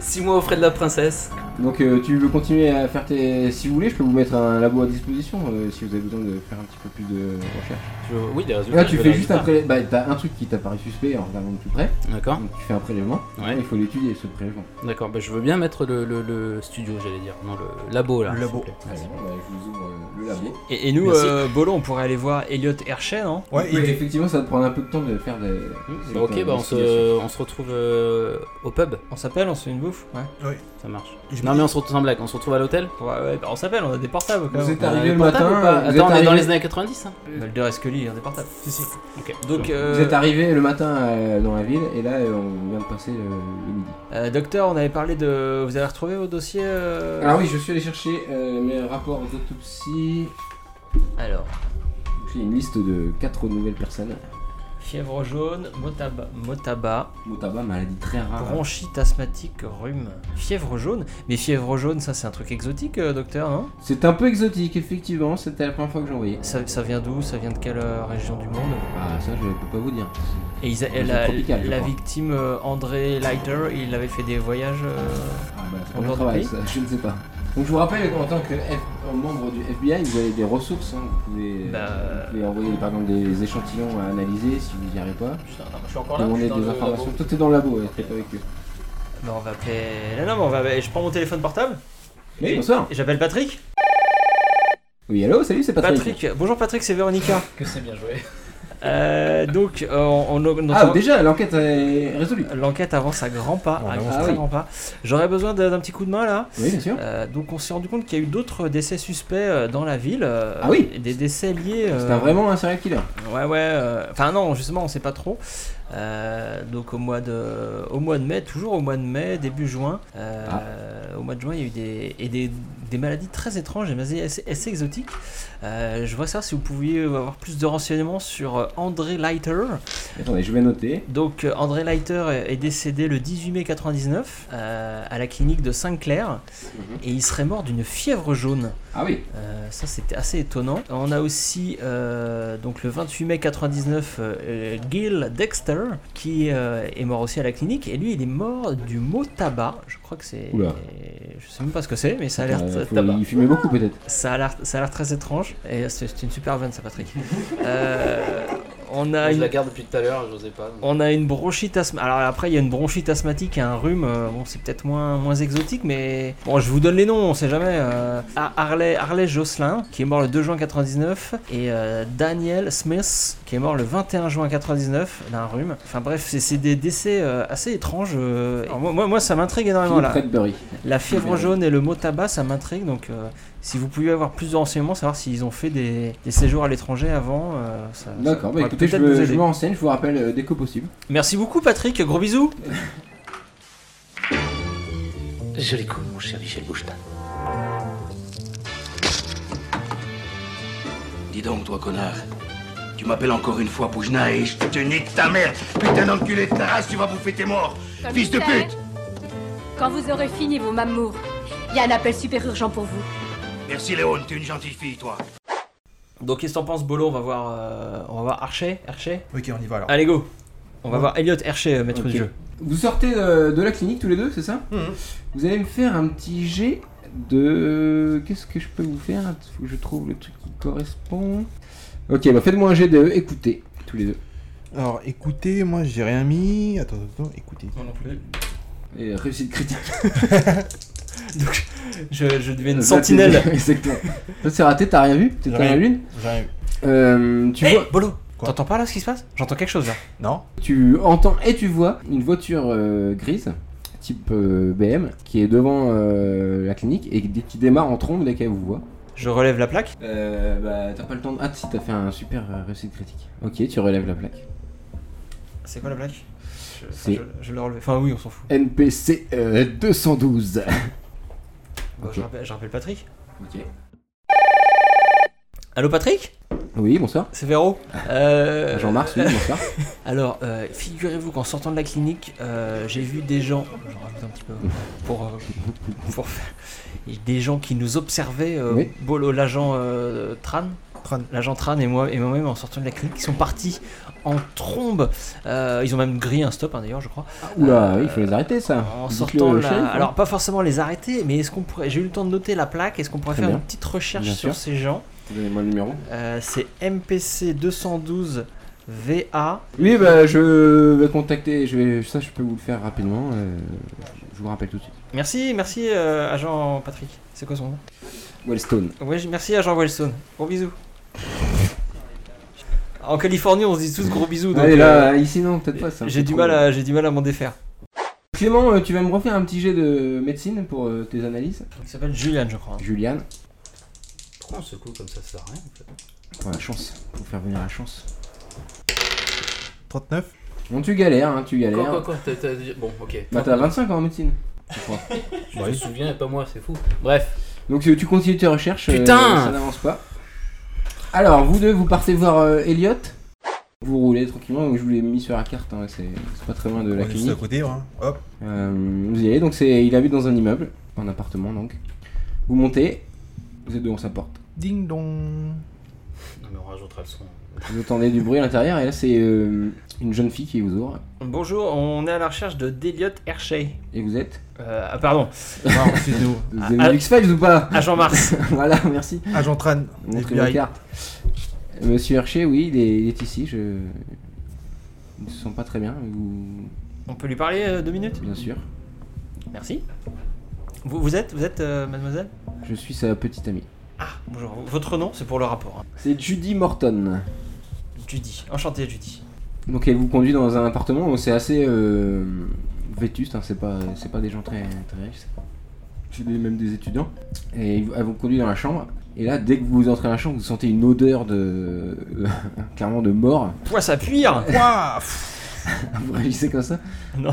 S5: 6 mois aux frais de la princesse.
S2: Donc euh, tu veux continuer à faire tes... Si vous voulez, je peux vous mettre un labo à disposition euh, si vous avez besoin de faire un petit peu plus de recherche.
S5: Je- Oui, des résultats.
S2: Là tu
S5: je veux
S2: fais
S5: des
S2: juste un
S5: résultats.
S2: prélèvement. Bah t'as un truc qui t'apparaît suspect en regardant de plus près.
S5: D'accord.
S2: Donc tu fais un prélèvement.
S5: Ah. Ouais.
S2: Il faut l'étudier ce prélèvement.
S5: D'accord, bah, je veux bien mettre le, le- le studio, j'allais dire. Non, le labo là.
S4: Le
S5: s'il
S4: labo.
S5: vous plaît.
S2: Allez, bah, je vous ouvre euh, le labo.
S3: Et, et nous,
S5: Merci.
S3: euh, Bolo, on pourrait aller voir Elliot Hershey, non
S4: Ouais,
S2: Oui,
S4: il-
S2: effectivement ça va te prendre un peu de temps de faire des.
S5: Bah, ok, bah, on, se, on se retrouve euh, au pub.
S3: On s'appelle, on se fait une bouffe Ouais.
S5: Ça marche.
S4: Et je
S5: Non,
S4: me
S5: mais on se retrouve sans blague, on se retrouve à l'hôtel.
S3: Ouais, ouais, bah on s'appelle, on a des portables quand
S2: Vous
S3: même.
S2: êtes arrivé le
S5: Euh, portable
S2: matin.
S5: ou pas
S2: vous êtes
S5: Attends, on est dans
S2: arrivé-
S5: les années 90 hein
S3: Mulder et Scully, on a des portables.
S4: Si, si.
S5: Ok.
S3: Donc,
S2: Vous
S3: euh,
S2: êtes arrivé le matin euh, dans la ville et là euh, on vient de passer euh, le midi.
S3: euh, docteur, on avait parlé de. Vous avez retrouvé vos dossiers euh,
S2: Alors Ah oui, je suis allé chercher euh, mes rapports d'autopsie.
S3: Alors,
S2: Donc, J'ai une liste de quatre nouvelles personnes.
S3: fièvre jaune, motaba, motaba,
S2: Mot tabac, maladie très rare.
S3: bronchite asthmatique, rhume. Fièvre jaune Mais fièvre jaune, ça c'est un truc exotique, euh, docteur, non
S2: C'est un peu exotique, effectivement, c'était la première fois que j'en voyais.
S3: ça, ça vient d'où Ça vient de quelle euh, région du monde
S2: Ah, ça, je peux pas vous dire.
S3: Et ils a-
S2: Région
S3: la,
S2: tropicale, je
S3: la
S2: crois.
S3: victime euh, André Leiter, il avait fait des voyages. euh,
S2: Ah, bah, c'est pas
S3: On
S2: mon
S3: leur
S2: travail,
S3: dit
S2: ça, je ne sais pas. Donc, je vous rappelle qu'en tant que F- euh, membre du FBI, vous avez des ressources. hein, Vous, pouvez,
S3: Bah,
S2: vous pouvez envoyer, par exemple, des échantillons à analyser si vous n'y arrivez pas.
S5: Putain, je suis encore
S2: Demander des informations. Toi, t'es dans le labo, ouais, t'es pas avec eux.
S3: Bah on va appeler. Non, non, mais on va. bah, Je prends mon téléphone portable.
S2: Oui, bonsoir.
S3: Et j'appelle Patrick.
S2: Oui, allô, salut, c'est Patrick.
S3: Bonjour Patrick, c'est Véronica.
S5: Que c'est bien joué.
S3: Euh, donc, euh, on, on- on-
S2: Ah, déjà, l'enquête est résolue.
S3: L'enquête avance à grands pas,
S4: Bon, on
S3: à
S4: avance.
S3: grands
S2: Ah oui.
S3: grands pas. J'aurais besoin d'un d'un petit coup de main là.
S2: Oui, bien sûr.
S3: Euh, donc on s'est rendu compte qu'il y a eu d'autres décès suspects euh, dans la ville. euh,
S2: Ah oui.
S3: et Des décès liés. euh,
S2: C'est un vraiment un serial killer.
S3: Ouais, ouais. euh, Enfin, non, justement, on sait pas trop. Euh, donc, au mois, de, au mois de mai, toujours au mois de mai, début juin, euh, au mois de juin, il y a eu des, et des, des maladies très étranges et maladies assez, assez exotiques. Euh, je vois ça si vous pouviez avoir plus de renseignements sur euh, André Leiter.
S2: Attendez, je vais noter.
S3: Donc, euh, André Leiter est- est décédé le 18 mai 99 euh, à la clinique de Saint-Clair et il serait mort d'une fièvre jaune.
S2: Ah oui,
S3: Euh, ça c'était assez étonnant. On a aussi euh, donc le 28 mai 99 euh, euh, Gil Dexter qui euh, est mort aussi à la clinique et lui il est mort du mot tabac. Je crois que c'est
S2: Oula.
S3: je sais même pas ce que c'est mais ça a l'air
S2: Euh,
S3: t-
S2: faut-
S3: tabac.
S2: il fumait beaucoup peut-être.
S3: Ça a l'air ça a l'air très étrange et c'est c'est une super vanne ça Patrick. Euh, on
S2: Ah,
S3: a
S5: Je
S3: une
S5: la garde depuis tout à l'heure, j'osais pas. donc.
S3: on a une bronchite asthmatique. Alors après, il y a une bronchite asthmatique et un rhume. euh, Bon, c'est peut-être moins, moins exotique, mais bon, je vous donne les noms, on sait jamais. euh, Ah, Harley, Harley Jocelyn, qui est mort le 2 juin 99, et euh, Daniel Smith, qui est mort le 21 juin 99 d'un rhume. Enfin bref, c'est- c'est des décès euh, assez étranges. euh, alors, moi, moi, moi, ça m'intrigue énormément là.
S2: Philippe Redbury.
S3: La fièvre jaune et le mot tabac, ça m'intrigue. Donc, euh, si vous pouviez avoir plus de renseignements, savoir s'ils ont fait des, des séjours à l'étranger avant, euh, ça. ça
S2: D'accord, bah
S3: pourrait
S2: écoutez, je
S3: peut-être nous
S2: me,
S3: aider.
S2: je me renseigne, je vous rappelle euh, dès que possible.
S3: Merci beaucoup, Patrick. Gros bisous.
S7: Je l'écoute, mon cher Michel Bouchetin.
S9: Dis donc, toi, connard. Tu m'appelles encore une fois Boujna et je te nique ta mère. Putain d'enculé de ta race, tu vas bouffer tes morts. Fils de pute
S10: Quand vous aurez fini vos mamours, il y a un appel super urgent pour vous.
S9: Merci, Léon, t'es une gentille fille, toi.
S3: Donc qu'est-ce que t'en penses Bolo On va voir euh, on va voir Archer, Archer.
S4: Ok, on y va alors.
S3: Allez go. On va voir Elliot Archer euh, maître
S2: Ok.
S3: du jeu.
S2: Vous sortez euh, de la clinique tous les deux, c'est ça
S4: Mhm.
S2: Vous allez me faire un petit jet de. Qu'est-ce que je peux vous faire Faut que je trouve le truc qui correspond. Ok, bah faites-moi un jet de écouter, tous les deux.
S4: Alors, écoutez, moi j'ai rien mis. Attends, attends, attends, écoutez.
S3: Moi non plus.
S2: Et réussite critique.
S3: Donc, je, je deviens une sentinelle.
S2: Exactement. Toi, c'est raté, t'as rien vu T'es
S4: J'ai
S2: dans la
S4: rien.
S2: lune
S4: J'ai rien eu.
S2: Euh, Tu
S3: Hé,
S2: vois.
S3: Bolo
S4: Quoi
S3: T'entends pas là ce qui se passe J'entends quelque chose là.
S4: Non
S2: Tu entends et tu vois une voiture euh, grise, type euh, BM, qui est devant euh, la clinique et qui qui démarre en trombe dès qu'elle vous voit.
S3: Je relève la plaque.
S2: Euh, bah, t'as pas le temps de. Ah, si, t'as fait un super euh, réussite critique. Ok, tu relèves la plaque.
S3: C'est quoi la plaque je, enfin,
S2: C'est-
S3: je, je l'ai relevée. Enfin, oui, on s'en fout.
S2: NPC euh, 212.
S3: Bah,
S2: Ok.
S3: je, rappelle, je rappelle Patrick.
S2: Ok.
S3: Allô Patrick
S2: Oui, bonsoir.
S3: C'est Véro. Euh,
S2: Ah. Jean-Marc, oui, bonsoir.
S3: Alors, euh, figurez-vous qu'en sortant de la clinique, euh, j'ai vu des gens. J'en rajoute un petit peu pour, euh, pour faire. et Des gens qui nous observaient, euh,
S2: Oui.
S3: Bolo, l'agent euh, Tran.
S4: Tran.
S3: L'agent Tran et moi et moi-même en sortant de la clinique, ils sont partis en trombe. Euh, ils ont même grillé un stop hein, d'ailleurs, je crois.
S2: Oula,
S3: Euh,
S2: il faut les arrêter, ça.
S3: En
S2: Dites-le
S3: sortant
S2: au
S3: la-
S2: shérif, hein.
S3: alors pas forcément les arrêter, mais est-ce qu'on pourrait J'ai eu le temps de noter la plaque. Est-ce qu'on pourrait
S2: Très
S3: faire
S2: bien.
S3: une petite recherche
S2: Bien
S3: sur
S2: sûr.
S3: ces gens
S2: Donnez-moi le numéro.
S3: Euh, C'est MPC 212 VA.
S2: Oui, bah, je vais contacter. Je vais... Ça, je peux vous le faire rapidement. euh, Je vous rappelle tout de suite.
S3: Merci, merci euh, agent Patrick. C'est quoi son nom
S2: Wellstone.
S3: Ouais, j- merci agent Wilson. Gros bisous. En Californie, on se dit tous gros bisous. Donc,
S2: Allez, Ah, là,
S3: euh,
S2: ici, non, peut-être pas. c'est un
S3: j'ai
S2: peu
S3: du
S2: trop-
S3: mal à, j'ai du mal à m'en défaire.
S2: Clément, euh, tu vas me refaire un petit jet de médecine pour euh, tes analyses.
S3: Il s'appelle Julian, je crois.
S2: Juliane,
S5: Pourquoi on secoue comme ça, ça sert à rien en fait
S2: pour la chance. Pour faire venir la chance.
S4: 39
S2: Bon, tu galères, hein, tu galères.
S5: Quoi, quoi, quoi t'as- t'as dit- Bon, ok.
S2: Bah, t'as 25 ans en médecine. je crois.
S5: Je me souviens et pas moi, c'est fou. Bref,
S2: Donc tu tu continues tes recherches. euh,
S5: Putain
S2: Ça n'avance pas. Alors, vous deux, vous partez voir euh, Elliot. Vous roulez tranquillement, donc je vous l'ai mis sur la carte, hein, c'est c'est pas très loin de
S4: On
S2: la
S4: est juste à
S2: clinique.
S4: côté, hein. Hop.
S2: Euh, vous y allez, donc c'est, il habite dans un immeuble, un appartement donc. Vous montez, vous êtes devant sa porte.
S4: Ding dong.
S5: non mais on rajoutera le son.
S2: Vous entendez du bruit à l'intérieur et là c'est euh, une jeune fille qui vous ouvre.
S3: Bonjour, on est à la recherche de Deliot Hershey.
S2: Et vous êtes
S3: Euh, ah, pardon,
S4: Non, c'est nous.
S2: Vous
S3: Ah,
S2: avez
S3: ah.
S2: vu X-Files ou pas
S3: agent Mars.
S2: Voilà, merci.
S4: Agent Tran.
S2: Montrez la
S4: FBI.
S2: carte. Monsieur Hershey, oui, il est, il est ici. Je... Il se sent pas très bien, vous-
S3: On peut lui parler euh, deux minutes
S2: bien sûr.
S3: Merci. Vous, vous êtes, vous êtes euh, mademoiselle
S2: Je suis sa petite amie.
S3: Ah, bonjour. Votre nom, c'est pour le rapport. hein.
S2: C'est Judy Morton.
S3: Judy. Enchanté, Judy.
S2: Donc elle vous conduit dans un appartement où c'est assez euh, vétuste, hein, c'est pas, c'est pas des gens très, très riches, c'est- c'est des- même des étudiants. Et ils vous- elle vous conduit dans la chambre, et là dès que vous entrez dans la chambre, vous sentez une odeur de... clairement de mort.
S3: Poisse à cuire
S4: Ouah, pff,
S2: Vous réagissez comme ça
S3: Non.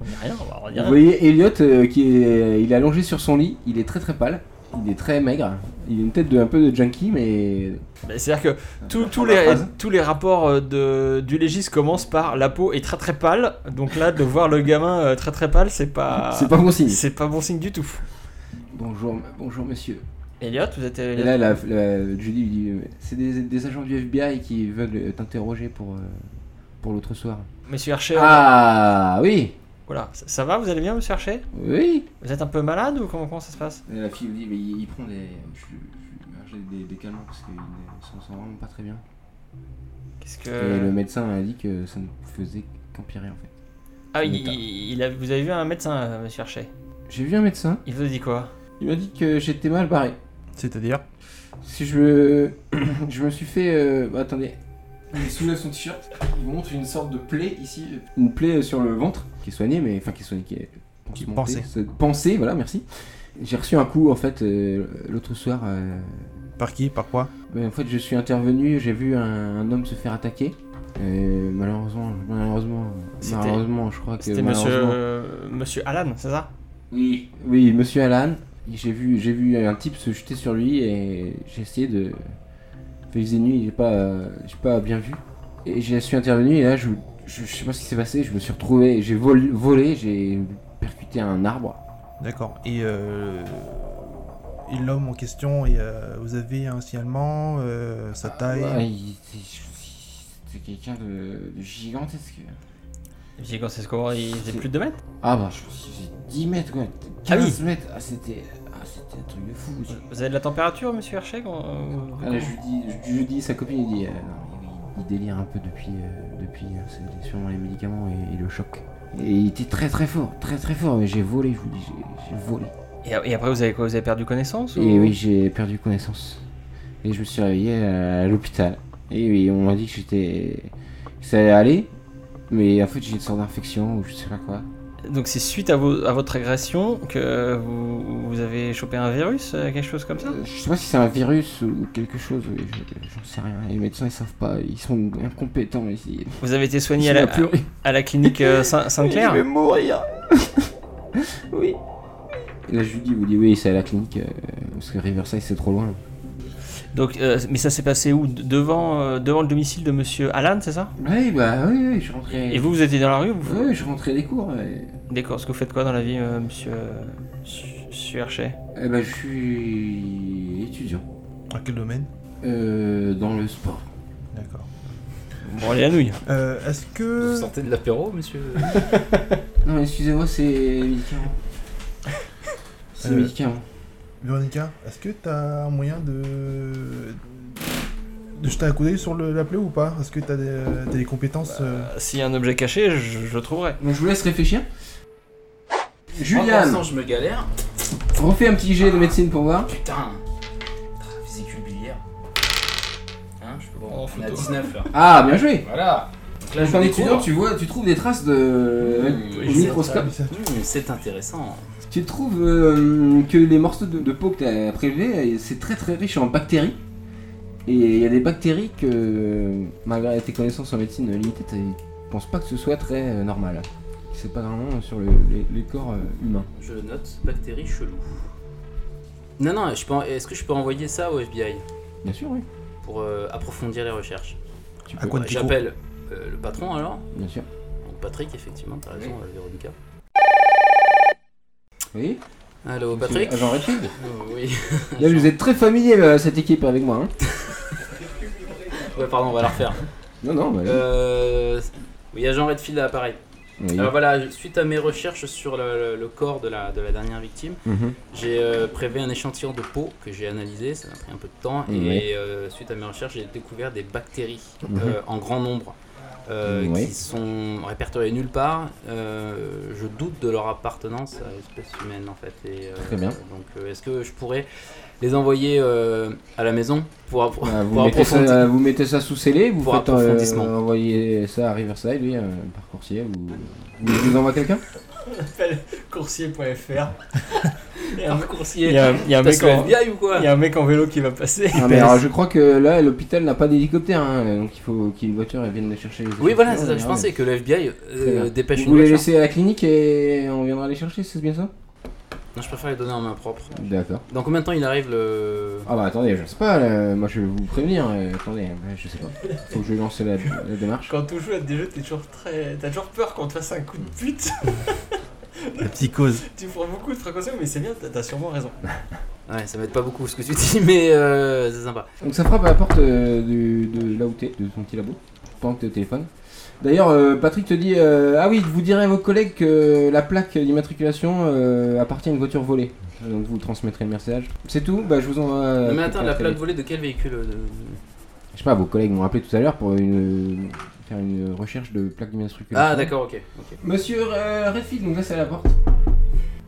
S3: on dit rien, on dit
S2: Vous
S3: rien.
S2: voyez Elliot euh, qui est, il est allongé sur son lit, il est très très pâle, il est très maigre, il a une tête de, un peu de junkie, mais...
S3: Bah, C'est-à-dire que tous- tous,
S2: la
S3: les,
S2: phrase.
S3: tous les rapports euh, de, du légis commencent par la peau est très très pâle, donc là de voir le gamin euh, très très pâle, c'est pas,
S2: Ah. C'est pas bon signe.
S3: c'est pas bon signe du tout.
S2: Bonjour, bonjour monsieur.
S3: Elliot, vous êtes euh,
S2: Et là, la, la- Judy lui dit euh, C'est des, des agents du FBI qui veulent euh, t'interroger pour, euh, pour l'autre soir.
S3: Monsieur
S2: Euh.
S3: Archer
S2: Ah oui
S3: Voilà, ça, ça va, vous allez bien, monsieur Archer
S2: Oui
S3: Vous êtes un peu malade ou comment, comment ça se passe
S2: Et La fille lui dit Mais il, il prend des. Je, je- j'ai des, des calmants parce qu'il ne s'en sent vraiment pas très bien.
S3: Qu'est-ce
S2: Et Euh, le
S3: que.
S2: médecin a dit que ça ne faisait qu'empirer en fait.
S3: Ah, il,
S2: médecin.
S3: il- il a- vous avez vu un médecin, euh, monsieur Archer
S2: J'ai vu un médecin,
S3: Il vous a dit quoi
S2: il m'a dit que j'étais mal barré.
S4: C'est-à-dire
S2: Si je me, je me suis fait. euh, bah, attendez. Il soulève son t-shirt, il montre une sorte de plaie ici, une plaie euh, sur le ventre, qui est soignée, mais enfin qui est soignée, qui est
S4: Qui est
S2: pensementée,
S4: pansée.
S2: c'est- pansée, voilà, merci. J'ai reçu un coup en fait euh, l'autre soir. euh,
S4: Par qui Par quoi
S2: ben, en fait, je suis intervenu, j'ai vu un, un homme se faire attaquer. Euh, malheureusement, malheureusement,
S3: C'était-
S2: malheureusement, je crois que
S3: C'était monsieur,
S2: malheureusement-
S3: euh, monsieur Alan, c'est ça
S2: Oui, oui, monsieur Alan. J'ai vu, j'ai vu un type se jeter sur lui et j'ai essayé de. Il faisait nuit, j'ai pas, j'ai pas bien vu. Et je suis intervenu et là, je, je, je sais pas ce qui s'est passé, je me suis retrouvé, j'ai vol- volé, j'ai percuté un arbre.
S4: D'accord. Et, euh, et l'homme en question, et, euh, vous avez un signalement, euh, sa taille.
S2: Ouais, Ah, il- c'est- c'est quelqu'un de, de gigantesque.
S3: J'ai quand c'est ce qu'on il faisait plus de 2 mètres
S2: Ah bah, je pense que c'est 10 mètres, quoi. 15 mètres. Ah, c'était ah, c'était un truc de fou. aussi.
S3: Vous avez de la température, monsieur Hershey quand- euh,
S2: Ah, je, lui dis, je lui dis, sa copine, il dit, euh, non, il, il délire un peu depuis, euh, depuis euh, c'est sûrement les médicaments et, et le choc. Et il était très très fort, très très fort, mais j'ai volé, je vous dis, j'ai- j'ai volé.
S3: et, et après, vous avez quoi Vous avez perdu connaissance ou-
S2: Et oui, j'ai perdu connaissance. Et je me suis réveillé à l'hôpital. Et oui, on m'a dit que j'étais. que ça allait aller, mais en fait j'ai une sorte d'infection ou je sais pas quoi.
S3: Donc c'est suite à, vos- à votre agression que vous, vous avez chopé un virus, euh, quelque chose comme ça
S2: Euh, Je sais pas si c'est un virus ou quelque chose, oui, je- j'en sais rien. Les médecins ils savent pas, ils sont incompétents ici.
S3: Vous avez été
S2: Ils
S3: soigné à la,
S2: savent plus rien.
S3: à la clinique euh, Saint- Sainte-Claire
S2: Je vais mourir. oui. Et là, je lui dis, vous dites, oui, c'est à la clinique, euh, parce que Riverside, c'est trop loin.
S3: Donc, euh, mais ça s'est passé où De- Devant, euh, devant le domicile de Monsieur Alan, c'est ça
S2: Oui, bah oui, oui, je rentrais.
S3: Et vous, vous étiez dans la rue vous...
S2: Oui, je rentrais des cours. Et,
S3: D'accord. Parce que vous faites quoi dans la vie, euh, Monsieur Monsieur Hershey
S2: Eh ben, je suis étudiant.
S4: Dans quel domaine
S2: Euh, dans le sport.
S4: D'accord.
S3: Bon, allez la nouille.
S4: Euh, Est-ce
S5: Vous
S4: que.
S5: sortez de l'apéro, monsieur
S2: Non, mais excusez-moi, c'est les médicaments. C'est les
S4: Euh.
S2: médicaments.
S4: Véronica, est-ce que t'as un moyen de. de jeter un coup d'œil sur le- l'appeler ou pas Est-ce que t'as des, t'as des compétences euh,
S3: Euh, S'il y a un objet caché, je, je le trouverai.
S2: Donc, je vous laisse réfléchir.
S5: Pour
S2: Julian,
S5: l'instant, je me galère. Oh,
S2: refais un petit jet de médecine pour voir.
S5: Putain Tra- Vésicule biliaire. Hein, je peux voir.
S3: En
S5: On a
S3: photo.
S5: 19 là.
S2: Ah, bien joué
S5: Voilà Donc là,
S2: Donc,
S5: je
S2: en
S5: découvre.
S2: étudiant, tu vois, tu trouves des traces de.
S5: Mmh,
S2: au
S5: je sais
S2: microscope.
S4: ça
S5: Mmh, C'est intéressant.
S2: Tu trouves euh, que les morceaux de, de peau que tu as prélevés, euh, c'est très très riche en bactéries. Et il y a des bactéries que, euh, malgré tes connaissances en médecine limitée, tu penses pas que ce soit très euh, normal. C'est pas vraiment sur le- les, les corps euh, humains.
S5: Je le note, bactéries chelou. Non, non, je peux en- est-ce que je peux envoyer ça au FBI
S2: Bien sûr, oui.
S5: pour euh, approfondir les recherches
S2: Tu
S4: À quoi de Pico
S5: J'appelle euh, le patron alors,
S2: Bien sûr.
S5: donc Patrick, effectivement, t'as raison, euh, Véronica.
S2: Oui.
S5: Allô, Patrick
S2: C'est Agent Redfield.
S5: Euh, Oui.
S2: Là, vous êtes très familier là, cette équipe avec moi. hein.
S5: Ouais, pardon, on va la refaire.
S2: Non, non, bah,
S5: Euh, oui, agent Redfield à l'appareil.
S2: oui.
S5: Alors voilà, je- suite à mes recherches sur le, le- le corps de la, de la dernière victime,
S2: Mhm.
S5: j'ai euh, prélevé un échantillon de peau que j'ai analysé, ça m'a pris un peu de temps,
S2: Ouais.
S5: et euh, suite à mes recherches, j'ai découvert des bactéries
S2: Mhm.
S5: euh, en grand nombre. euh,
S2: Ouais.
S5: Qui sont répertoriées nulle part. Euh, je doute de leur appartenance à l'espèce humaine en fait. Et, euh,
S2: Très bien.
S5: Donc, euh, est-ce que je pourrais les envoyer euh, à la maison pour, appro-
S2: Bah, vous,
S5: pour
S2: mettez ça,
S5: approfondir
S2: euh, vous mettez ça sous scellé, vous
S5: Pour
S2: faites
S5: approfondissement.
S2: euh, envoyer ça à Riverside, oui, euh, par coursier, ou vous vous envoie quelqu'un
S3: Coursier.fr.
S5: Par coursier
S3: Il y a un- il y a un
S5: T'as
S3: mec
S5: sur
S3: en-
S5: FBI ou quoi
S3: Il y a un mec en vélo qui va passer.
S2: Ah, mais alors, je crois que là, l'hôpital n'a pas d'hélicoptère, hein, donc il faut qu'une voiture elle vienne les chercher.
S5: Oui, voilà, c'est ça. Je pensais
S2: pensais
S5: que le FBI
S2: Très
S5: euh,
S2: bien.
S5: dépêche
S2: Vous
S5: une
S2: les
S5: voiture.
S2: laissez à la clinique et on viendra les chercher, c'est bien ça
S5: Non, je préfère les donner en main propre.
S2: D'accord.
S5: Dans combien de temps il arrive le.
S2: Ah bah attendez, je sais pas, là, moi je vais vous prévenir, euh, attendez, euh, je sais pas. Faut que je lance la, la démarche.
S3: Quand tu joues à des jeux, t'es toujours très, t'as toujours peur qu'on te fasse un coup de pute.
S4: La psychose.
S3: Tu prends beaucoup de précautions, mais c'est bien, t'as- t'as sûrement raison.
S2: Bah,
S5: Ouais, ça m'aide pas beaucoup ce que tu dis, mais euh, c'est sympa.
S2: Donc ça frappe à la porte euh, du- de là où t'es, de ton petit labo, pendant que t'es au téléphone. D'ailleurs, euh, Patrick te dit euh, Ah oui, vous direz à vos collègues que la plaque d'immatriculation euh, appartient à une voiture volée. Donc vous transmettrez le message. C'est tout Bah je vous envoie. euh,
S5: Non, mais attends,
S2: quelqu'un
S5: la
S2: à
S5: plaque volée de quel véhicule euh, de-
S2: Je sais pas, vos collègues m'ont appelé tout à l'heure pour une, faire une recherche de plaque d'immatriculation.
S5: Ah, d'accord, ok. ok.
S2: Monsieur euh, Redfield, donc là c'est à la porte.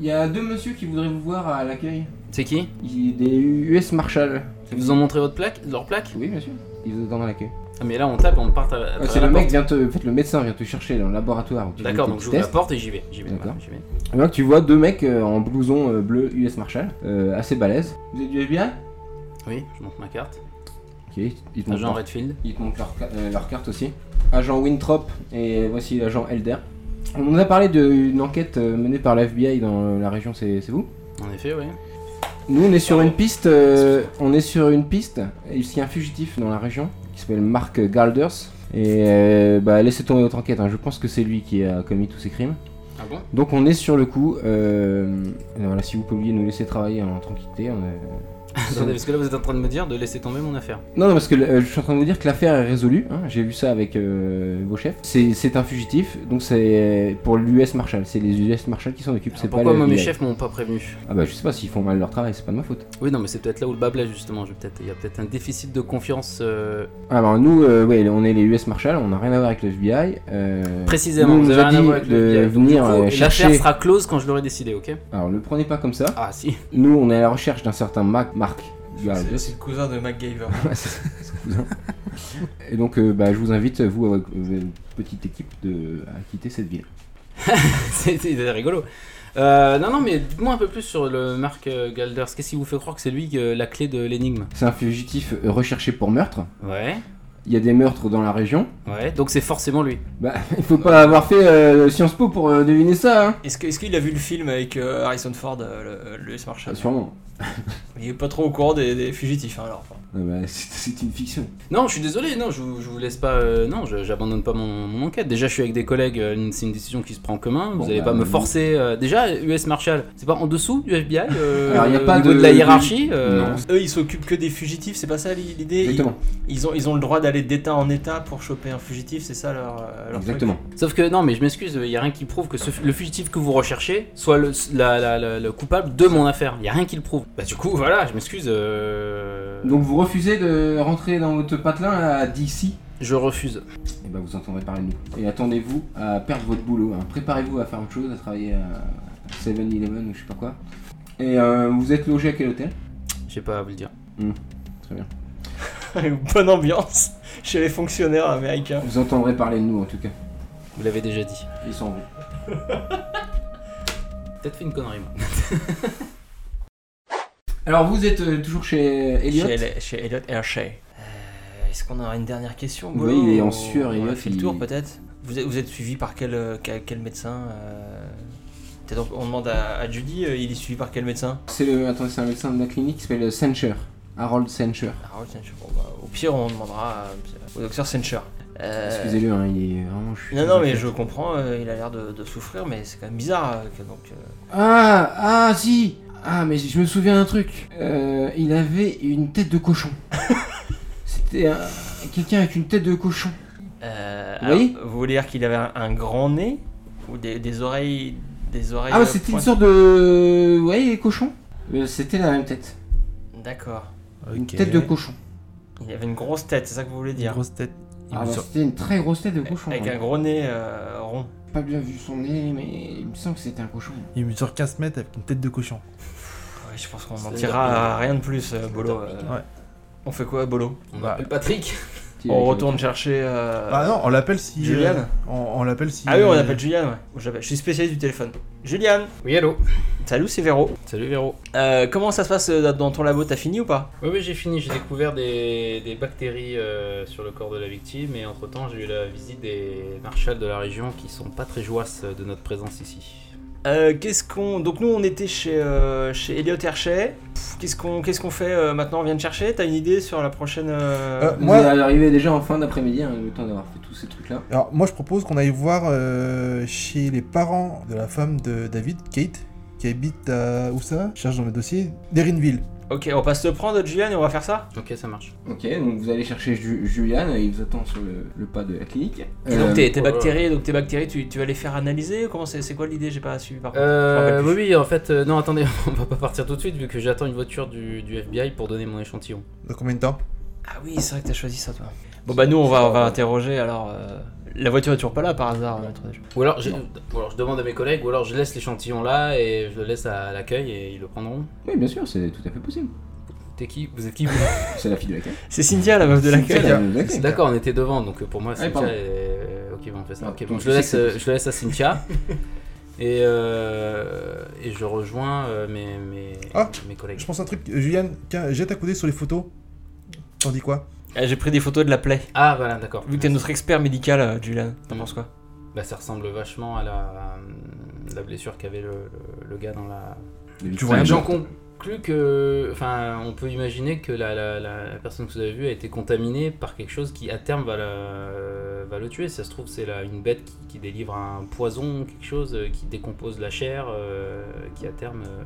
S2: Il y a deux monsieur qui voudraient vous voir à l'accueil.
S5: C'est qui
S2: Il- Des US Marshall.
S5: Ils vous ont montré votre plaque Leur plaque
S2: Oui, bien sûr. Ils vous attendent à l'accueil.
S5: Ah, mais là on tape, on part à, à
S2: Ah,
S5: travers
S2: c'est
S5: la
S2: le mec
S5: porte.
S2: qui vient te. En fait, le médecin vient te chercher dans le laboratoire. où tu
S5: D'accord,
S2: fais
S5: donc
S2: tes
S5: j'ouvre la
S2: tests.
S5: porte et j'y vais. J'y vais,
S2: D'accord.
S5: voilà, j'y vais.
S2: Et là, tu vois deux mecs euh, en blouson euh, bleu US Marshall, euh, assez balèze. Vous êtes du FBI
S5: Oui, je monte ma carte.
S2: Ok, ils te montrent,
S5: Agent
S2: leur,
S5: Redfield.
S2: ils te montrent leur ca- euh, leur carte aussi. Agent Winthrop et voici l'agent Elder. On nous a parlé d'une enquête euh, menée par l'FBI dans la région, c'est c'est vous
S5: En effet, oui.
S2: Nous, on est sur une piste. euh, on est sur une piste. Il y a un fugitif dans la région qui s'appelle Mark Galders. Et euh, bah, laissez tomber votre enquête. hein. Je pense que c'est lui qui a commis tous ces crimes.
S5: Ah bon
S2: Donc, on est sur le coup. euh, voilà, si vous pouviez nous laisser travailler en tranquillité, on, euh,
S5: Attendez, parce que là vous êtes en train de me dire de laisser tomber mon affaire.
S2: Non, non, parce que euh, je suis en train de vous dire que l'affaire est résolue. hein, J'ai vu ça avec euh, vos chefs. C'est c'est un fugitif, donc c'est pour l'US Marshal. C'est les US Marshal qui s'en occupent. c'est
S5: Pourquoi
S2: pas
S5: moi
S2: le
S5: mes
S2: FBI.
S5: chefs m'ont pas prévenu
S2: Ah bah je sais pas s'ils font mal leur travail, c'est pas de ma faute.
S5: Oui, non, mais c'est peut-être là où le bas blesse justement. Je vais peut-être, il y a peut-être un déficit de confiance euh,
S2: Alors nous, euh, ouais, on est les US Marshal, on n'a rien à voir avec le FBI. euh,
S5: précisément.
S2: nous, on
S5: vous
S2: nous
S5: avez
S2: a
S5: rien à
S2: dit
S5: voir avec
S2: de
S5: le FBI. Donc,
S2: venir
S5: du coup,
S2: euh,
S5: et
S2: chercher.
S5: L'affaire sera close quand je l'aurai décidé, ok
S2: Alors ne le prenez pas comme ça.
S5: Ah si.
S2: Nous, on est à la recherche d'un certain Mac, Marc. Garland.
S1: C'est c'est le cousin de MacGyver.
S2: Ouais, c'est- c'est cousin. Et donc, euh, bah, je vous invite, vous, avec votre euh, petite équipe, de, à quitter cette ville.
S5: C'est c'est rigolo. Euh, non, non, mais dites-moi un peu plus sur le Mark euh, Galders. Qu'est-ce qui vous fait croire que c'est lui euh, la clé de l'énigme
S2: C'est un fugitif euh, recherché pour meurtre.
S5: Ouais,
S2: Il y a des meurtres dans la région.
S5: ouais, donc c'est forcément lui.
S2: Bah, il faut pas avoir fait euh, Sciences Po pour euh, deviner ça, hein.
S3: Est-ce que- est-ce qu'il a vu le film avec euh, Harrison Ford, euh, le, le US Marshal
S2: Ah, Sûrement.
S3: Il est pas trop au courant des, des fugitifs, hein, alors. enfin.
S2: Non, bah, c'est- c'est une fiction.
S5: Non, je suis désolé, non, je vous, je vous laisse pas. euh, non, je- j'abandonne pas mon, mon enquête. Déjà, je suis avec des collègues, euh, une- c'est une décision qui se prend en commun. Vous
S2: Bon,
S5: allez
S2: bah,
S5: pas me
S2: oui.
S5: forcer. euh, déjà, US Marshal, c'est pas en dessous du FBI euh,
S2: Alors, y a
S5: au
S2: pas
S5: niveau de,
S2: de-
S5: la
S2: de-
S5: hiérarchie euh,
S2: Non.
S3: Eux, ils s'occupent que des fugitifs, c'est pas ça l'idée ils,
S2: Exactement.
S3: ils ont, ils ont le droit d'aller d'état en état pour choper un fugitif, c'est ça leur, euh, leur
S2: Exactement.
S5: Sauf que, non, mais je m'excuse, il y a rien qui prouve que ce- le fugitif que vous recherchez soit le, la- la- la- le coupable de mon affaire. Il y a rien qui le prouve. Bah, du coup, voilà, je m'excuse. euh,
S2: Donc, vous refusez de rentrer dans votre patelin à DC
S5: Je refuse.
S2: Et bah, vous entendrez parler de nous. Et attendez-vous à perdre votre boulot. hein. Préparez-vous à faire autre chose, à travailler à 7-Eleven ou je sais pas quoi. Et euh, vous êtes logé à quel hôtel
S5: Je sais pas à vous le dire.
S3: truc. Bonne ambiance chez les fonctionnaires américains.
S2: Vous entendrez parler de nous en tout cas.
S5: Vous l'avez déjà dit.
S2: Ils sont vous.
S5: Peut-être fait une connerie, moi.
S2: Alors vous êtes euh, toujours chez Elliot
S3: Chez, les- chez Elliot Hershey. Euh, Est-ce qu'on aura une dernière question
S2: Oui,
S3: Golo
S2: il est en
S3: On-
S2: sueur,
S3: On
S2: Elliot,
S3: a fait le
S2: il-
S3: tour peut-être vous êtes, vous êtes suivi par quel, euh, quel, quel médecin euh, Peut-être on on demande à, à Judy, euh, il est suivi par quel médecin
S2: C'est le. Attendez, c'est un médecin de la clinique qui s'appelle Sencher. Harold Sencher.
S3: Harold Sencher. Bon, bah, au pire, on demandera euh, au docteur Sencher. Euh,
S2: Excusez-le, hein, il est vraiment. je suis
S3: Non,
S2: très
S3: non, mais
S2: inquiet.
S3: je comprends, euh, il a l'air de, de souffrir, mais c'est quand même bizarre. euh, que, donc, euh,
S2: Ah, ah, si Ah, mais je me souviens d'un truc. Euh, il avait une tête de cochon. C'était un- quelqu'un avec une tête de cochon.
S3: euh,
S2: Vous
S3: alors,
S2: voyez
S3: vous voulez dire qu'il avait un, un grand nez Ou des, des oreilles. Des oreilles
S2: Ah,
S3: euh,
S2: ouais, c'était une
S3: pointues
S2: sorte de. Vous voyez les cochons Euh, C'était la même tête.
S3: D'accord.
S2: Une
S4: Ok.
S2: tête de cochon.
S3: Il avait une grosse tête, c'est ça que vous voulez
S4: Une
S3: dire
S4: grosse tête. Il
S2: Ah,
S4: me
S2: bah,
S4: sort-
S2: c'était une très grosse tête de cochon.
S3: Avec
S2: hein.
S3: un gros nez euh, rond.
S2: Pas bien vu son nez, mais il me semble que c'était un cochon.
S4: il mesure 15 mètres avec une tête de cochon.
S3: Ouais, je pense qu'on n'en
S5: C'est-
S3: tirera rien de plus, euh, Bolo. euh.
S4: Ouais.
S3: On fait quoi, Bolo
S5: On
S4: Bah.
S5: appelle Patrick.
S3: On retourne chercher. euh,
S4: Ah non, on l'appelle si.
S3: Julian
S4: euh, on on l'appelle si.
S3: Ah oui, on
S4: euh,
S3: appelle Julian, ouais. Moi, j'appelle- Je suis spécialiste du téléphone. Julian
S5: Oui, allô.
S3: Salut, c'est Véro.
S5: Salut Véro.
S3: Euh, comment ça se passe euh, dans ton labo T'as fini ou pas
S5: Oui, oui, j'ai fini. J'ai découvert des, des bactéries euh, sur le corps de la victime et entre-temps, j'ai eu la visite des marshals de la région qui sont pas très joasses de notre présence ici.
S3: Euh, qu'est-ce qu'on. Donc, nous, on était chez, euh, chez Elliot Hershey. Pff, Qu'est-ce qu'on qu'est-ce qu'on fait euh, maintenant On vient de chercher T'as une idée sur la prochaine. euh,
S4: Euh,
S2: Moi,
S4: Moi-
S2: vous allez arriver déjà en fin d'après-midi, hein, le temps d'avoir fait tous ces trucs-là.
S4: Alors moi je propose qu'on aille voir euh, chez les parents de la femme de David, Kate, qui habite à où ça Je Cherche dans mes dossiers. Derinville.
S3: Ok, on passe te prendre, Julian, et on va faire ça
S5: Ok, ça marche.
S2: Ok, donc vous allez chercher Ju- Julian, il vous attend sur le, le pas de la clinique.
S3: Et donc
S2: Euh,
S3: tes, tes
S5: ouais, ouais.
S3: bactéries, donc tes bactéries, tu, tu vas les faire analyser Comment c'est, c'est quoi l'idée J'ai pas suivi par contre. Je me
S5: Euh,
S3: rappelle
S5: oui,
S3: plus.
S5: oui, en fait, euh, non, attendez, on va pas partir tout de suite vu que j'attends une voiture du, du FBI pour donner mon échantillon.
S4: Dans combien de temps
S3: Ah oui, c'est vrai que t'as choisi ça toi. Bon bah nous on va, on va interroger alors. euh, La voiture est toujours pas là par hasard. euh, attendez, je-
S5: Ou alors, j'ai- ou alors je demande à mes collègues, ou alors je laisse l'échantillon là et je le laisse à l'accueil et ils le prendront.
S2: Oui, bien sûr, c'est tout à fait possible.
S5: T'es qui Vous êtes qui vous
S2: C'est la fille de la caille.
S3: C'est Cynthia la meuf de
S2: C'est
S3: l'accueil.
S2: la meuf de la caille.
S5: D'accord, on était devant, donc euh, pour moi,
S2: Allez,
S5: Cynthia.
S2: pardon.
S5: est- Ok, bon, on fait ça.
S2: Non,
S5: Ok,
S2: donc
S5: bon, je
S2: je
S5: le
S2: sais
S5: laisse,
S2: que c'est
S5: euh,
S2: possible.
S5: je le laisse à Cynthia. et, euh, et je rejoins euh, mes, mes,
S4: Ah,
S5: mes collègues.
S4: Je pense à un truc, euh, Julian, tiens, jette un coup d'œil sur les photos. T'en dis quoi
S3: Ah, j'ai pris des photos de la plaie.
S5: Ah, voilà, d'accord.
S3: Vu que t'es notre expert médical, euh, Julian, t'en
S5: Mm.
S3: penses quoi
S5: Bah, ça ressemble vachement à la, euh, la blessure qu'avait le, le- le gars dans la.
S4: Tu vois Ouais,
S5: Donc, J'en
S4: genre-
S5: conclus que. Enfin, on peut imaginer que la, la- la- la personne que vous avez vue a été contaminée par quelque chose qui, à terme, va la, va le tuer. Ça se trouve, c'est là une bête qui, qui délivre un poison, quelque chose euh, qui décompose la chair, euh, qui à terme. euh,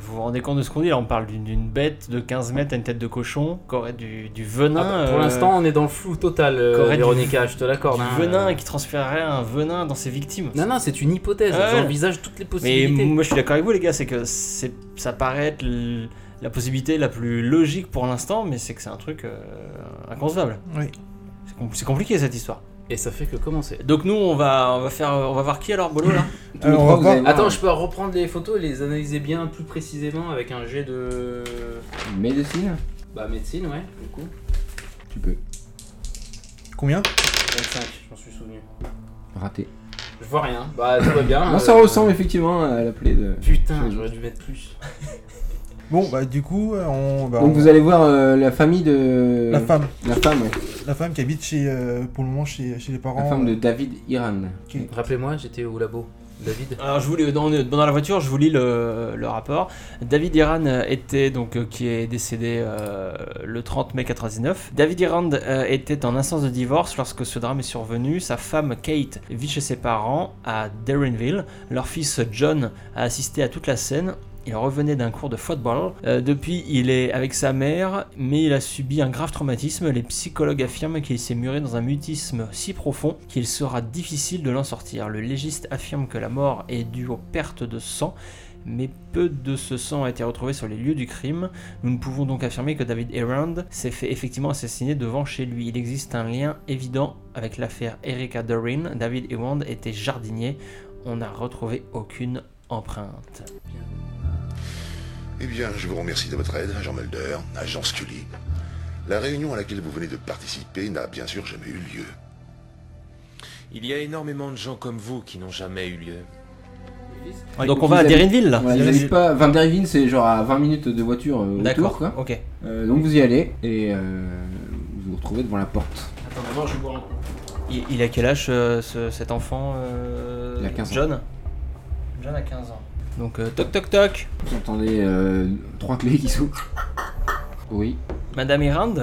S3: Vous vous rendez compte de ce qu'on dit là On parle d'une- d'une bête de 15 mètres à une tête de cochon, qui aurait du, du venin.
S5: Ah bah, pour
S3: euh,
S5: l'instant, on est dans le flou total, euh,
S3: Corée du-
S5: Véronica, je te l'accorde.
S3: du
S5: hein.
S3: venin et qui transférerait un venin dans ses victimes.
S5: Non, non, c'est une hypothèse.
S3: Ouais.
S5: J'envisage toutes les
S3: Mais
S5: possibilités.
S3: moi je suis d'accord avec vous les gars, c'est que c'est ça paraît être l- la possibilité la plus logique pour l'instant, mais c'est que c'est un truc euh, inconcevable.
S4: Oui.
S3: C'est com- c'est compliqué cette histoire.
S5: Et ça fait que commencer.
S3: Donc nous on va on va faire on va voir qui alors Bolo là
S2: Tous les
S4: Alors, Euh, on
S2: trois,
S4: va
S2: vous
S4: voir-
S2: allez voir
S5: Attends, je peux reprendre les photos et les analyser bien plus précisément avec un jet de.
S2: Médecine
S5: Bah, médecine, ouais, du coup.
S2: Tu peux.
S4: Combien
S5: 25, je m'en suis souvenu.
S2: Raté.
S5: Je vois rien. Bah, tout va bien.
S2: Non, ça
S5: euh,
S2: ressemble effectivement à la plaie de.
S5: Putain, j'aurais dû mettre plus.
S4: Bon, bah du coup, euh, on, bah,
S2: Donc
S4: on-
S2: vous euh, allez voir euh, la famille de.
S4: la femme,
S2: La femme, ouais.
S4: la femme qui habite chez, euh, pour le moment chez, chez les parents.
S2: La femme de David Iran.
S5: Rappelez-moi, j'étais au labo. David
S3: Alors je vous lis dans, dans la voiture, je vous lis le, le rapport. David Iran était donc euh, qui est décédé euh, le 30 mai 99. David Iran euh, était en instance de divorce lorsque ce drame est survenu. Sa femme Kate vit chez ses parents à Derrinville. Leur fils John a assisté à toute la scène. Il revenait d'un cours de football. Euh, depuis, il est avec sa mère, mais il a subi un grave traumatisme. Les psychologues affirment qu'il s'est muré dans un mutisme si profond qu'il sera difficile de l'en sortir. Le légiste affirme que la mort est due aux pertes de sang, mais peu de ce sang a été retrouvé sur les lieux du crime. Nous ne pouvons donc affirmer que David Errand s'est fait effectivement assassiner devant chez lui. Il existe un lien évident avec l'affaire Erika Dorin. David Errand était jardinier. On n'a retrouvé aucune empreinte.
S6: Eh bien, je vous remercie de votre aide, Jean Mulder, agent Scully. La réunion à laquelle vous venez de participer n'a bien sûr jamais eu lieu.
S11: Il y a énormément de gens comme vous qui n'ont jamais eu lieu.
S3: Donc on
S2: ils
S3: va à
S2: habitent-
S3: Derinville là
S2: Ouais, ils
S4: Ils
S2: habitent
S4: habitent-
S2: pas. Enfin, Derivine, c'est genre à 20 minutes de voiture euh, autour,
S3: D'accord,
S2: quoi.
S3: ok.
S2: Euh, donc vous y allez et euh, vous vous retrouvez devant la porte.
S5: Attends, d'abord, je bois un coup.
S3: Il, il a quel âge euh, ce- cet enfant euh,
S2: Il a 15 ans.
S3: John John a 15 ans. Donc euh, toc toc toc
S2: Vous entendez euh, trois clés qui s'ouvrent. Oui,
S3: Madame Errand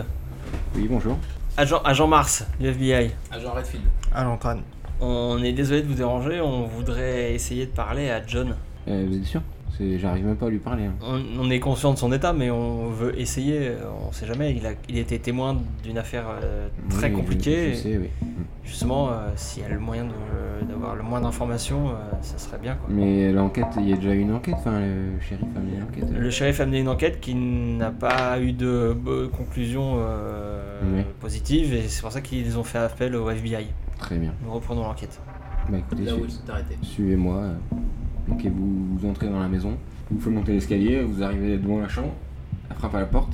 S2: oui, bonjour.
S3: Agent, agent Mars du FBI,
S5: Agent Ah, Redfield.
S4: À l'entraîne.
S3: on est désolé de vous déranger, on voudrait essayer de parler à John.
S2: Euh, vous êtes sûr C'est- J'arrive même pas à lui parler. hein.
S3: On, on est conscient de son état, mais on veut essayer, euh, on sait jamais, il, a, il était témoin d'une affaire euh, très
S2: Oui, je-
S3: compliquée.
S2: Je, sais, oui.
S3: Justement, euh, s'il y a le moyen de- d'avoir le moins d'informations, euh, ça serait bien quoi.
S2: Mais l'enquête, il y a déjà eu une enquête. Enfin, le shérif a mis une enquête.
S3: Le shérif a mené une enquête qui n'a pas eu de euh, conclusion euh,
S2: Oui.
S3: positive et c'est pour ça qu'ils ont fait appel au FBI.
S2: Très bien.
S3: Nous reprenons l'enquête.
S2: Bah écoutez,
S5: Là
S2: su-
S5: où ils sont arrêtés.
S2: suivez-moi. euh. Ok, vous, vous entrez dans la maison. Vous faites monter l'escalier. Vous arrivez devant la chambre. Elle frappe à la porte.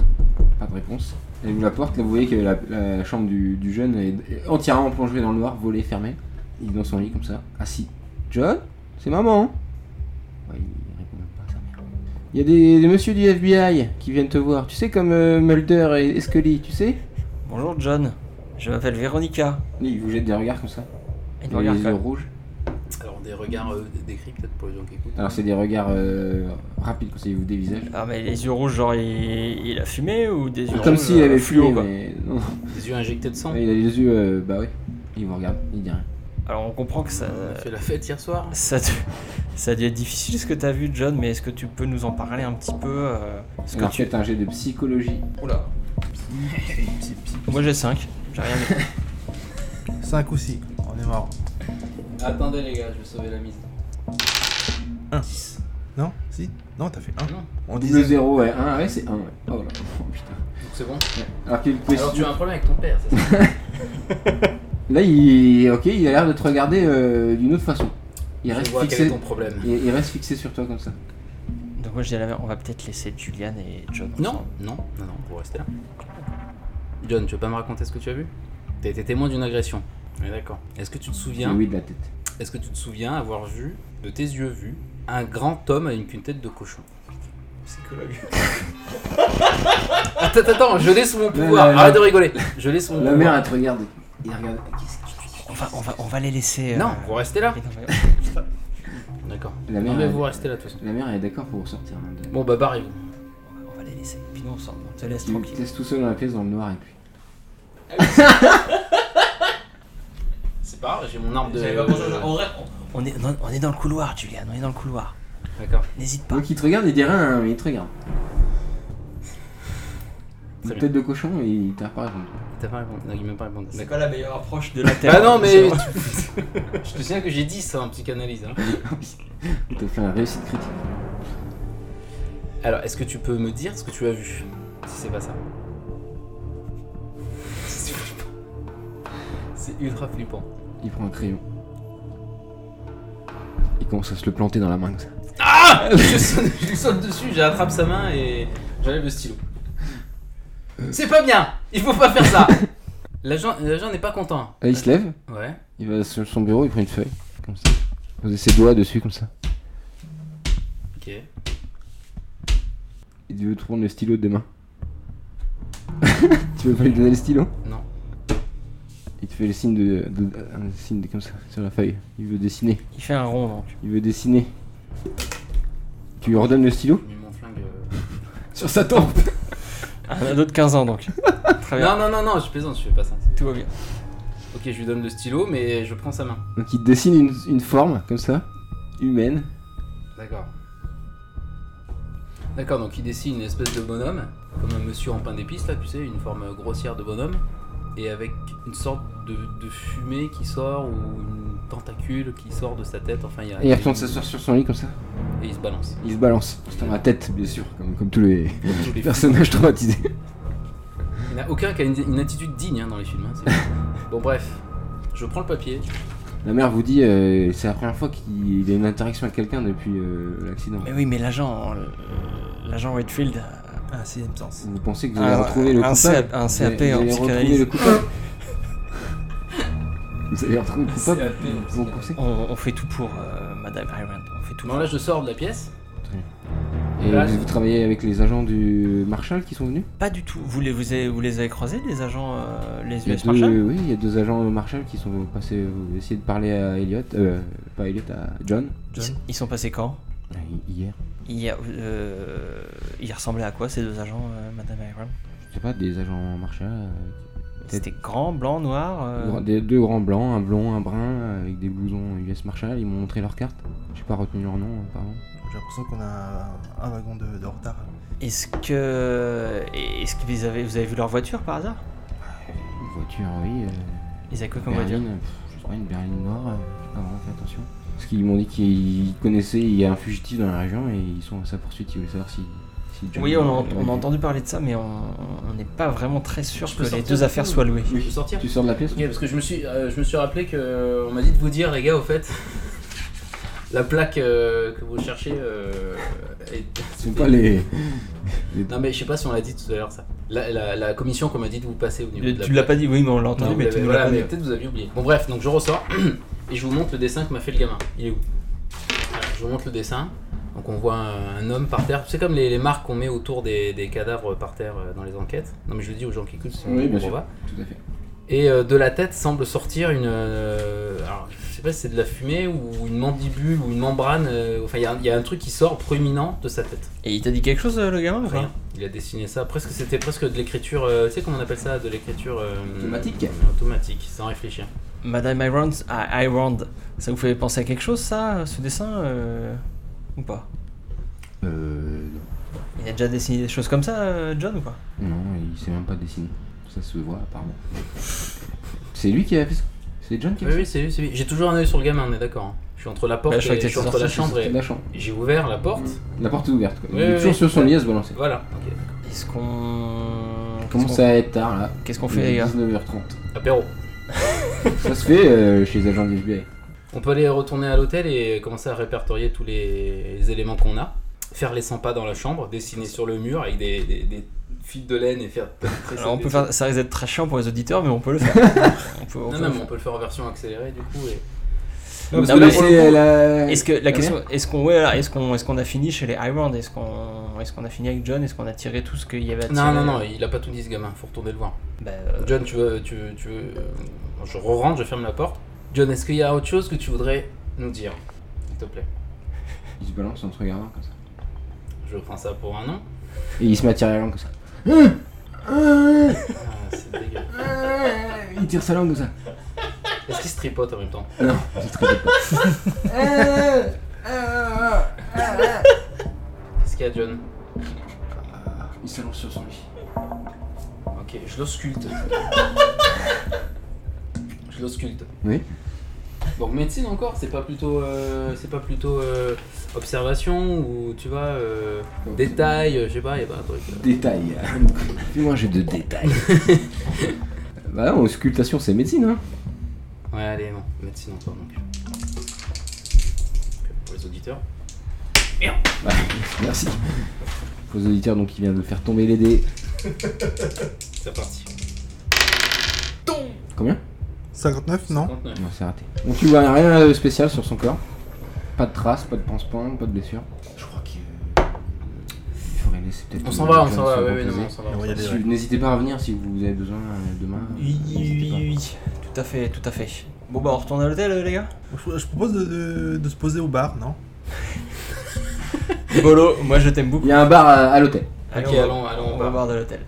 S2: Pas de réponse. Elle ouvre la porte. Là, vous voyez que la, la chambre du, du jeune est est entièrement plongée dans le noir, volet fermé. Il est dans son lit comme ça, assis. John C'est maman hein. Ouais, il répond même pas à sa mère. Il y a des, des messieurs du FBI qui viennent te voir. Tu sais, comme euh, Mulder et, et Scully, tu sais
S3: Bonjour John, je m'appelle Véronica.
S2: Il vous jette des regards comme ça.
S3: Il
S2: Il
S3: nous
S2: a
S3: regarde
S2: les
S3: quand
S2: yeux
S3: même.
S2: rouges.
S5: Alors, des regards euh, décrits peut-être pour les gens qui écoutent.
S2: Alors c'est des regards euh, rapides quand ils vous dévisagent.
S3: Ah mais les yeux rouges, genre il, il a fumé ou des yeux
S2: Comme
S3: rouges,
S2: s'il
S3: euh,
S2: avait
S3: fluo,
S2: fumé,
S3: quoi.
S2: mais non.
S5: Des yeux injectés de sang.
S2: Il a les yeux, euh, bah oui. Il vous regarde, il dit rien.
S3: Alors on comprend que ça,
S5: On a fait la fête hier soir.
S3: ça, te- ça a dû être difficile ce que t'as vu John, mais est-ce que tu peux nous en parler un petit peu euh, ce que
S2: Alors
S3: tu...
S2: faites un jet de psychologie.
S3: Oula. Moi j'ai 5, j'ai rien vu.
S4: 5 ou 6. On est mort.
S5: Attendez, les gars, je vais sauver la mise.
S4: Non Si Non, t'as fait
S5: Ah
S4: 1.
S5: non,
S4: On
S2: Double
S4: disait.
S2: 0, ouais, 1, ouais, c'est 1, ouais. Oh là, oh, putain.
S5: donc c'est bon.
S2: Alors, qu'il peut-
S5: Alors, tu as un problème avec ton père, c'est ça
S2: Là, il, ok, il a l'air de te regarder euh, d'une autre façon. Il
S5: Je
S2: reste,
S5: vois quel
S2: fixé,
S5: est ton problème.
S2: il, il reste fixé sur toi comme ça.
S3: Donc moi je dis à la mère, on va peut-être laisser Julian et John ensemble.
S5: Non, non, non, non, pour rester là. John, tu veux pas me raconter ce que tu as vu T'as été témoin d'une agression. Oui, d'accord. Est-ce que tu te
S2: C'est
S5: souviens
S2: oui de la tête.
S5: Est-ce que tu te souviens avoir vu, de tes yeux vus, un grand homme avec une tête de cochon
S3: Psychologue.
S5: Attends, attends, attends, je l'ai sous mon pouvoir.
S2: là, là.
S5: Arrête de rigoler. Je l'ai sous mon
S2: La
S5: pouvoir.
S2: mère, elle te regarde. Il regarde. Qu'est-ce que tu
S3: On va, on va, on va les laisser.
S5: Non, vous restez là.
S3: mais non, mais-
S5: D'accord.
S2: La
S5: Non,
S2: mère,
S5: mais
S2: elle-
S5: vous restez là, de toute façon.
S2: La mère, elle est d'accord pour sortir. hein, de-
S5: Bon, bah, barrez-vous.
S3: on va les laisser. Puis nous on sort. On te laisse
S2: Tu te
S3: tranquille.
S2: laisses tout seul dans la pièce dans le noir et puis.
S5: C'est pas grave, j'ai mon arme de.
S3: J'avais pas besoin de- on reste- Euh, on- on est, dans, on est dans le couloir, Julian, on est dans le couloir.
S5: D'accord.
S3: N'hésite pas.
S2: Donc il te regarde, il dit rien, mais il te regarde. Il a
S5: Très
S2: une tête de cochon et il t'a pas répondu.
S5: T'as pas répondu. Non, il m'a pas répondu.
S3: C'est
S5: D'accord.
S3: quoi la meilleure approche de la Terre
S5: Bah non, mais. je te souviens que j'ai dit ça en psychanalyse. Hein.
S2: Il t'a fait un réussite critique.
S5: Alors, est-ce que tu peux me dire ce que tu as vu Si c'est pas ça. C'est flippant. C'est ultra flippant.
S2: Il prend un crayon. Il commence à se le planter dans la main comme ça.
S5: Ah je, saute- je lui saute dessus, j'attrape sa main et j'enlève le stylo.
S2: Euh.
S5: C'est pas bien Il faut pas faire ça L'agent l'agent n'est pas content. hein.
S2: Là, Ah, Euh, il se lève,
S5: Ouais.
S2: il va sur son bureau, il prend une feuille. Comme ça. Il posait ses doigts dessus comme ça.
S5: Ok.
S2: Il veut te prendre le stylo des mains. tu veux pas lui donner le stylo
S5: Non.
S2: Il te fait le signe de, de- un signe de- comme ça sur la feuille. Il veut dessiner.
S3: Il fait un rond donc.
S2: Il veut dessiner. Tu lui redonnes le stylo
S5: J'ai mis mon flingue. euh.
S2: Sur sa tombe
S3: Un autre 15 ans donc. Très
S5: euh.
S3: bien.
S5: Non, non, non, non, je plaisante, je fais pas ça.
S3: Tout va bien.
S5: Ok, je lui donne le stylo, mais je prends sa main.
S2: Donc il te dessine une, une forme comme ça, humaine.
S5: D'accord. D'accord, donc il dessine une espèce de bonhomme, comme un monsieur en pain d'épices, là, tu sais, une forme grossière de bonhomme, et avec une sorte de, de fumée qui sort, ou une tentacule qui sort de sa tête, enfin, il y a...
S2: Et il retourne s'asseoir sur son lit comme ça.
S5: Et il se balance.
S2: Il se balance. Dans la tête, bien sûr, comme, comme tous les
S5: Tous les films.
S2: personnages traumatisés.
S5: Il n'y en a aucun qui a une, une attitude digne hein, dans les films. hein, c'est- bon, bref, je prends le papier.
S2: La mère vous dit, euh, c'est la première fois qu'il a une interaction avec quelqu'un depuis euh, l'accident.
S3: Mais oui, mais l'agent. euh, L'agent Whitefield.
S4: Ah, sixième sens.
S2: Vous pensez que vous allez
S3: Un-
S2: retrouver le
S3: un
S2: coupable
S3: CAP, un
S2: Vous allez-
S3: CAP en
S2: vous allez retrouver
S3: psychanalyse.
S2: le coupable Vous allez retrouver le coupable Vous en pensez
S3: On, on fait tout pour euh, Madame Iron. On fait tout
S5: Bon,
S3: pour.
S5: là, je sors de la pièce.
S2: Et
S5: Là,
S2: vous travaillez avec les agents du Marshall qui sont venus
S3: Pas du tout. Vous les, vous avez, vous les avez croisés, les agents, euh, les
S2: Il y a
S3: US
S2: deux-
S3: Marshall
S2: Oui, il y a deux agents Marshall qui sont passés euh, essayer de parler à Elliot, euh, pas Elliot, à John.
S3: ils, ils sont passés quand
S2: Euh, Hier.
S3: Hier, euh, ils ressemblaient à quoi ces deux agents, euh, Madame Iron
S2: Je sais pas, des agents Marshall. euh,
S3: C'était grand, blanc, noir euh,
S2: Gr- Des deux grands blancs, un blond, un brun, avec des blousons US Marshall, ils m'ont montré leur carte. J'ai pas retenu leur nom, euh, pardon.
S4: J'ai l'impression qu'on a un, un wagon de, de retard.
S3: Est-ce que. Est-ce que vous avez, vous avez vu leur voiture par hasard
S2: Une voiture, oui. euh,
S3: Ils avaient quoi comme voiture
S2: berline, pff, je sais pas, une berline noire, euh, j'ai pas vraiment fait attention. Parce qu'ils m'ont dit qu'ils connaissaient, il y a un fugitif dans la région et ils sont à sa poursuite, ils voulaient savoir si. si John-
S3: Oui, on a, on a
S2: euh,
S3: entendu parler de ça, mais on on n'est pas vraiment très sûr
S5: Je
S3: que
S5: peux
S3: les
S5: sortir
S3: deux affaires soient louées.
S5: Je peux sortir
S2: Tu sors de la pièce
S5: Ok, parce que je me suis, euh, je me suis rappelé que on m'a dit de vous dire, les gars, au fait, la plaque euh, que vous cherchez. euh, est-
S2: C'est pas les.
S5: Non, mais je sais pas si on l'a dit tout à l'heure, ça. La, la- la commission qu'on m'a dit de vous passer au niveau de la
S3: Euh, Tu l'as pas
S5: plaque.
S3: dit, oui, mais on l'a
S5: Non,
S3: entendu,
S5: vous
S3: mais tu
S5: l'avez-
S3: nous l'as
S5: voilà,
S3: pas
S5: mais
S3: dit.
S5: peut-être vous avez oublié. Bon, bref, donc je ressors et je vous montre le dessin que m'a fait le gamin. Il est où Voilà, Je vous montre le dessin. Donc on voit un, un homme par terre. C'est comme les, les marques qu'on met autour des, des cadavres par terre euh, dans les enquêtes. Non, mais je le dis aux gens qui écoutent, sinon
S2: Oui,
S5: on
S2: bien
S5: comprend
S2: sûr.
S5: pas.
S2: Tout à fait.
S5: Et euh, de la tête semble sortir une. euh, alors, je sais pas si c'est de la fumée ou une mandibule ou une membrane. euh, enfin, il y a un- il y, a un truc qui sort proéminent de sa tête.
S3: Et il t'a dit quelque chose, euh, le gamin ou pas
S5: Rien. Il a dessiné ça. Presque, c'était presque de l'écriture. euh, tu sais comment on appelle ça De l'écriture. euh,
S2: Automatique.
S5: Automatique, sans réfléchir.
S3: Madame Iron, ah, Iron, ça vous fait penser à quelque chose, ça, ce dessin euh, Ou pas
S2: Euh.
S3: Il a déjà dessiné des choses comme ça, euh, John, ou pas
S2: Non, Non, il sait même pas dessiner. Ça se voit apparemment. C'est lui qui a fait ça C'est John qui a
S5: Oui,
S2: fait
S5: oui, c'est lui, c'est lui. J'ai toujours un œil sur le gamin, on est d'accord. hein. Je suis entre la porte
S3: Bah, je crois
S5: et
S3: que
S5: je
S3: t'étais
S5: suis entre
S3: sorti,
S5: la
S2: ça C'est
S5: chambre
S2: sorti
S5: et
S2: de la chambre.
S5: j'ai ouvert la porte.
S2: La porte est ouverte quoi.
S5: Oui,
S2: il est
S5: oui,
S2: toujours
S5: oui.
S2: sur son lit à se balancer.
S5: Voilà. ok.
S3: Est-ce qu'on.
S2: Il
S3: Qu'est-ce
S2: commence
S3: qu'on
S2: à être tard là.
S3: qu'est-ce qu'on fait, les gars
S2: 19h30.
S5: Apéro.
S2: Ça se fait euh, chez les agents du FBI.
S5: On peut aller retourner à l'hôtel et commencer à répertorier tous les les éléments qu'on a. Faire les 100 pas dans la chambre, dessiner sur le mur avec des, des- des fils de laine et faire.
S3: Alors, on peut faire, ça risque d'être très chiant pour les auditeurs, mais on peut le faire. on peut, on
S5: Non,
S3: peut
S5: non,
S3: le
S5: mais
S3: faire.
S5: on peut le faire en version accélérée du coup. Et...
S3: Non, parce
S2: Vous
S3: que là,
S2: laissez
S3: pour le coup,
S2: euh, la-
S3: Est-ce que la
S2: mère
S3: question, est-ce qu'on, ouais, voilà, est-ce qu'on, est-ce qu'on a fini chez les Iron Est-ce qu'on, est-ce qu'on a fini avec John Est-ce qu'on a tiré tout ce qu'il y avait à tirer
S5: Non, non, non, il a pas tout dit ce gamin, faut retourner le voir.
S3: Bah, euh,
S5: John, tu veux. Tu veux, tu veux euh, je re-rentre, je ferme la porte. John, est-ce qu'il y a autre chose que tu voudrais nous dire S'il te plaît.
S2: Il se balance en se regardant comme ça.
S5: Je prends ça pour un nom.
S2: Et il se met à tirer la langue comme ça.
S5: Ah, c'est dégueu.
S2: Ah, Il tire sa langue comme ça.
S5: Est-ce qu'il se tripote en même temps
S2: Ah Non, je tripote pas.
S5: Qu'est-ce qu'il y a, John
S2: Il se lance sur son lit.
S5: Ok, je l'ausculte. je l'ausculte.
S2: Oui.
S5: Donc médecine encore, c'est pas plutôt, euh, c'est pas plutôt euh, observation ou tu vois euh, détail, euh, je sais pas, y a pas un truc. euh.
S2: Détail. Fais-moi j'ai de détails. bah non, auscultation c'est médecine hein.
S5: euh. Ouais, allez, non, médecine encore donc. Pour les auditeurs.
S2: Bah, merci. Aux auditeurs donc il vient de faire tomber les dés.
S5: C'est parti.
S2: Combien
S4: 59, non
S5: 59.
S2: Non c'est raté. Donc tu vois rien de spécial sur son corps. Pas de traces, pas de pansement, pas de blessure.
S4: Je crois qu'il.
S2: euh, Il faudrait laisser peut-être.
S5: On s'en va, on
S2: John
S5: s'en va,
S2: se
S5: ouais, ouais,
S2: reposer.
S5: non, on s'en va.
S4: Il y a des-
S2: Si- N'hésitez pas à revenir si vous avez besoin euh, demain.
S3: Oui, oui,
S2: N'hésitez pas.
S3: oui, oui. Tout à fait, tout à fait. Bon bah on retourne à l'hôtel euh, les gars
S4: Je je propose de, de- de se poser au bar, non
S3: Bolo, moi je t'aime beaucoup.
S2: Il y a un bar à, à l'hôtel.
S3: Allez,
S5: Ok,
S3: on va-
S5: allons- allons au
S3: on va
S5: bar.
S3: voir de l'hôtel.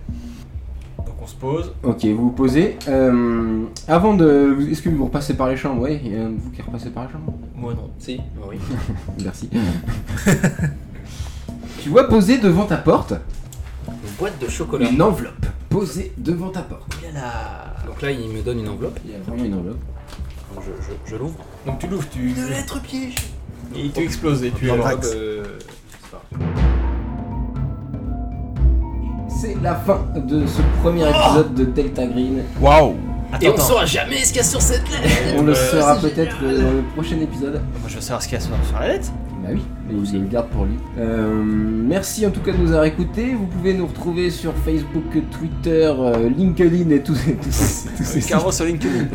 S3: Donc on se pose.
S2: Ok, vous vous posez. Euh, avant de. vous- Est-ce que vous repassez par les chambres Oui, il y a un de vous qui est repassé par les chambres.
S3: Moi non.
S5: Si, bah oui.
S2: Merci. tu vois poser devant ta porte
S5: Une boîte de chocolat.
S2: une enveloppe. Posée devant ta porte.
S3: Ouh là là.
S5: Donc là, il me donne une enveloppe.
S2: Il y a vraiment une enveloppe.
S5: Donc, je, je, je l'ouvre.
S3: Donc tu l'ouvres, tu.
S4: lettre piège
S3: Il te explose et tu.
S4: Non,
S3: Alors,
S4: pas-
S5: Enveloppe, euh, c'est parti.
S2: C'est la fin de ce premier épisode de Delta Green.
S11: Waouh
S3: Attends,
S5: Et on
S3: attends.
S5: saura jamais ce qu'il y a sur cette lettre.
S2: On le
S3: Euh,
S2: saura peut-être euh, dans le prochain épisode.
S3: Moi je veux savoir ce qu'il y a sur sur la lettre.
S2: Bah oui, il se le garde pour lui. Euh, merci en tout cas de nous avoir écoutés. Vous pouvez nous retrouver sur Facebook, Twitter, euh, LinkedIn et tous ces. tous ces- tous ces
S3: Euh, Caro sur LinkedIn.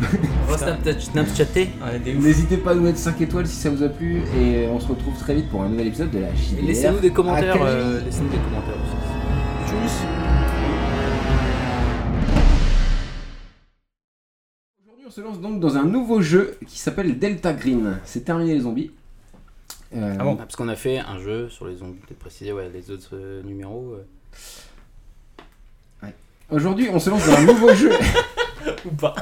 S5: On va Snapchat- Snapchatter.
S3: On est des
S2: sites.
S3: ouf.
S2: N'hésitez pas à nous mettre 5 étoiles si ça vous a plu et on se retrouve très vite pour un nouvel épisode de la
S5: Et
S2: JDR.
S5: Laissez-nous des commentaires.
S2: Academy.
S5: euh, Laissez-nous des commentaires aussi.
S2: Aujourd'hui, on se lance donc dans un nouveau jeu qui s'appelle Delta Green. C'est terminé les zombies. Euh,
S3: Ah bon
S5: Ah, parce qu'on a fait un jeu sur les zombies, peut-être préciser ouais, les autres euh, numéros. euh.
S2: Aujourd'hui, on se lance dans un nouveau jeu.
S3: Ou pas.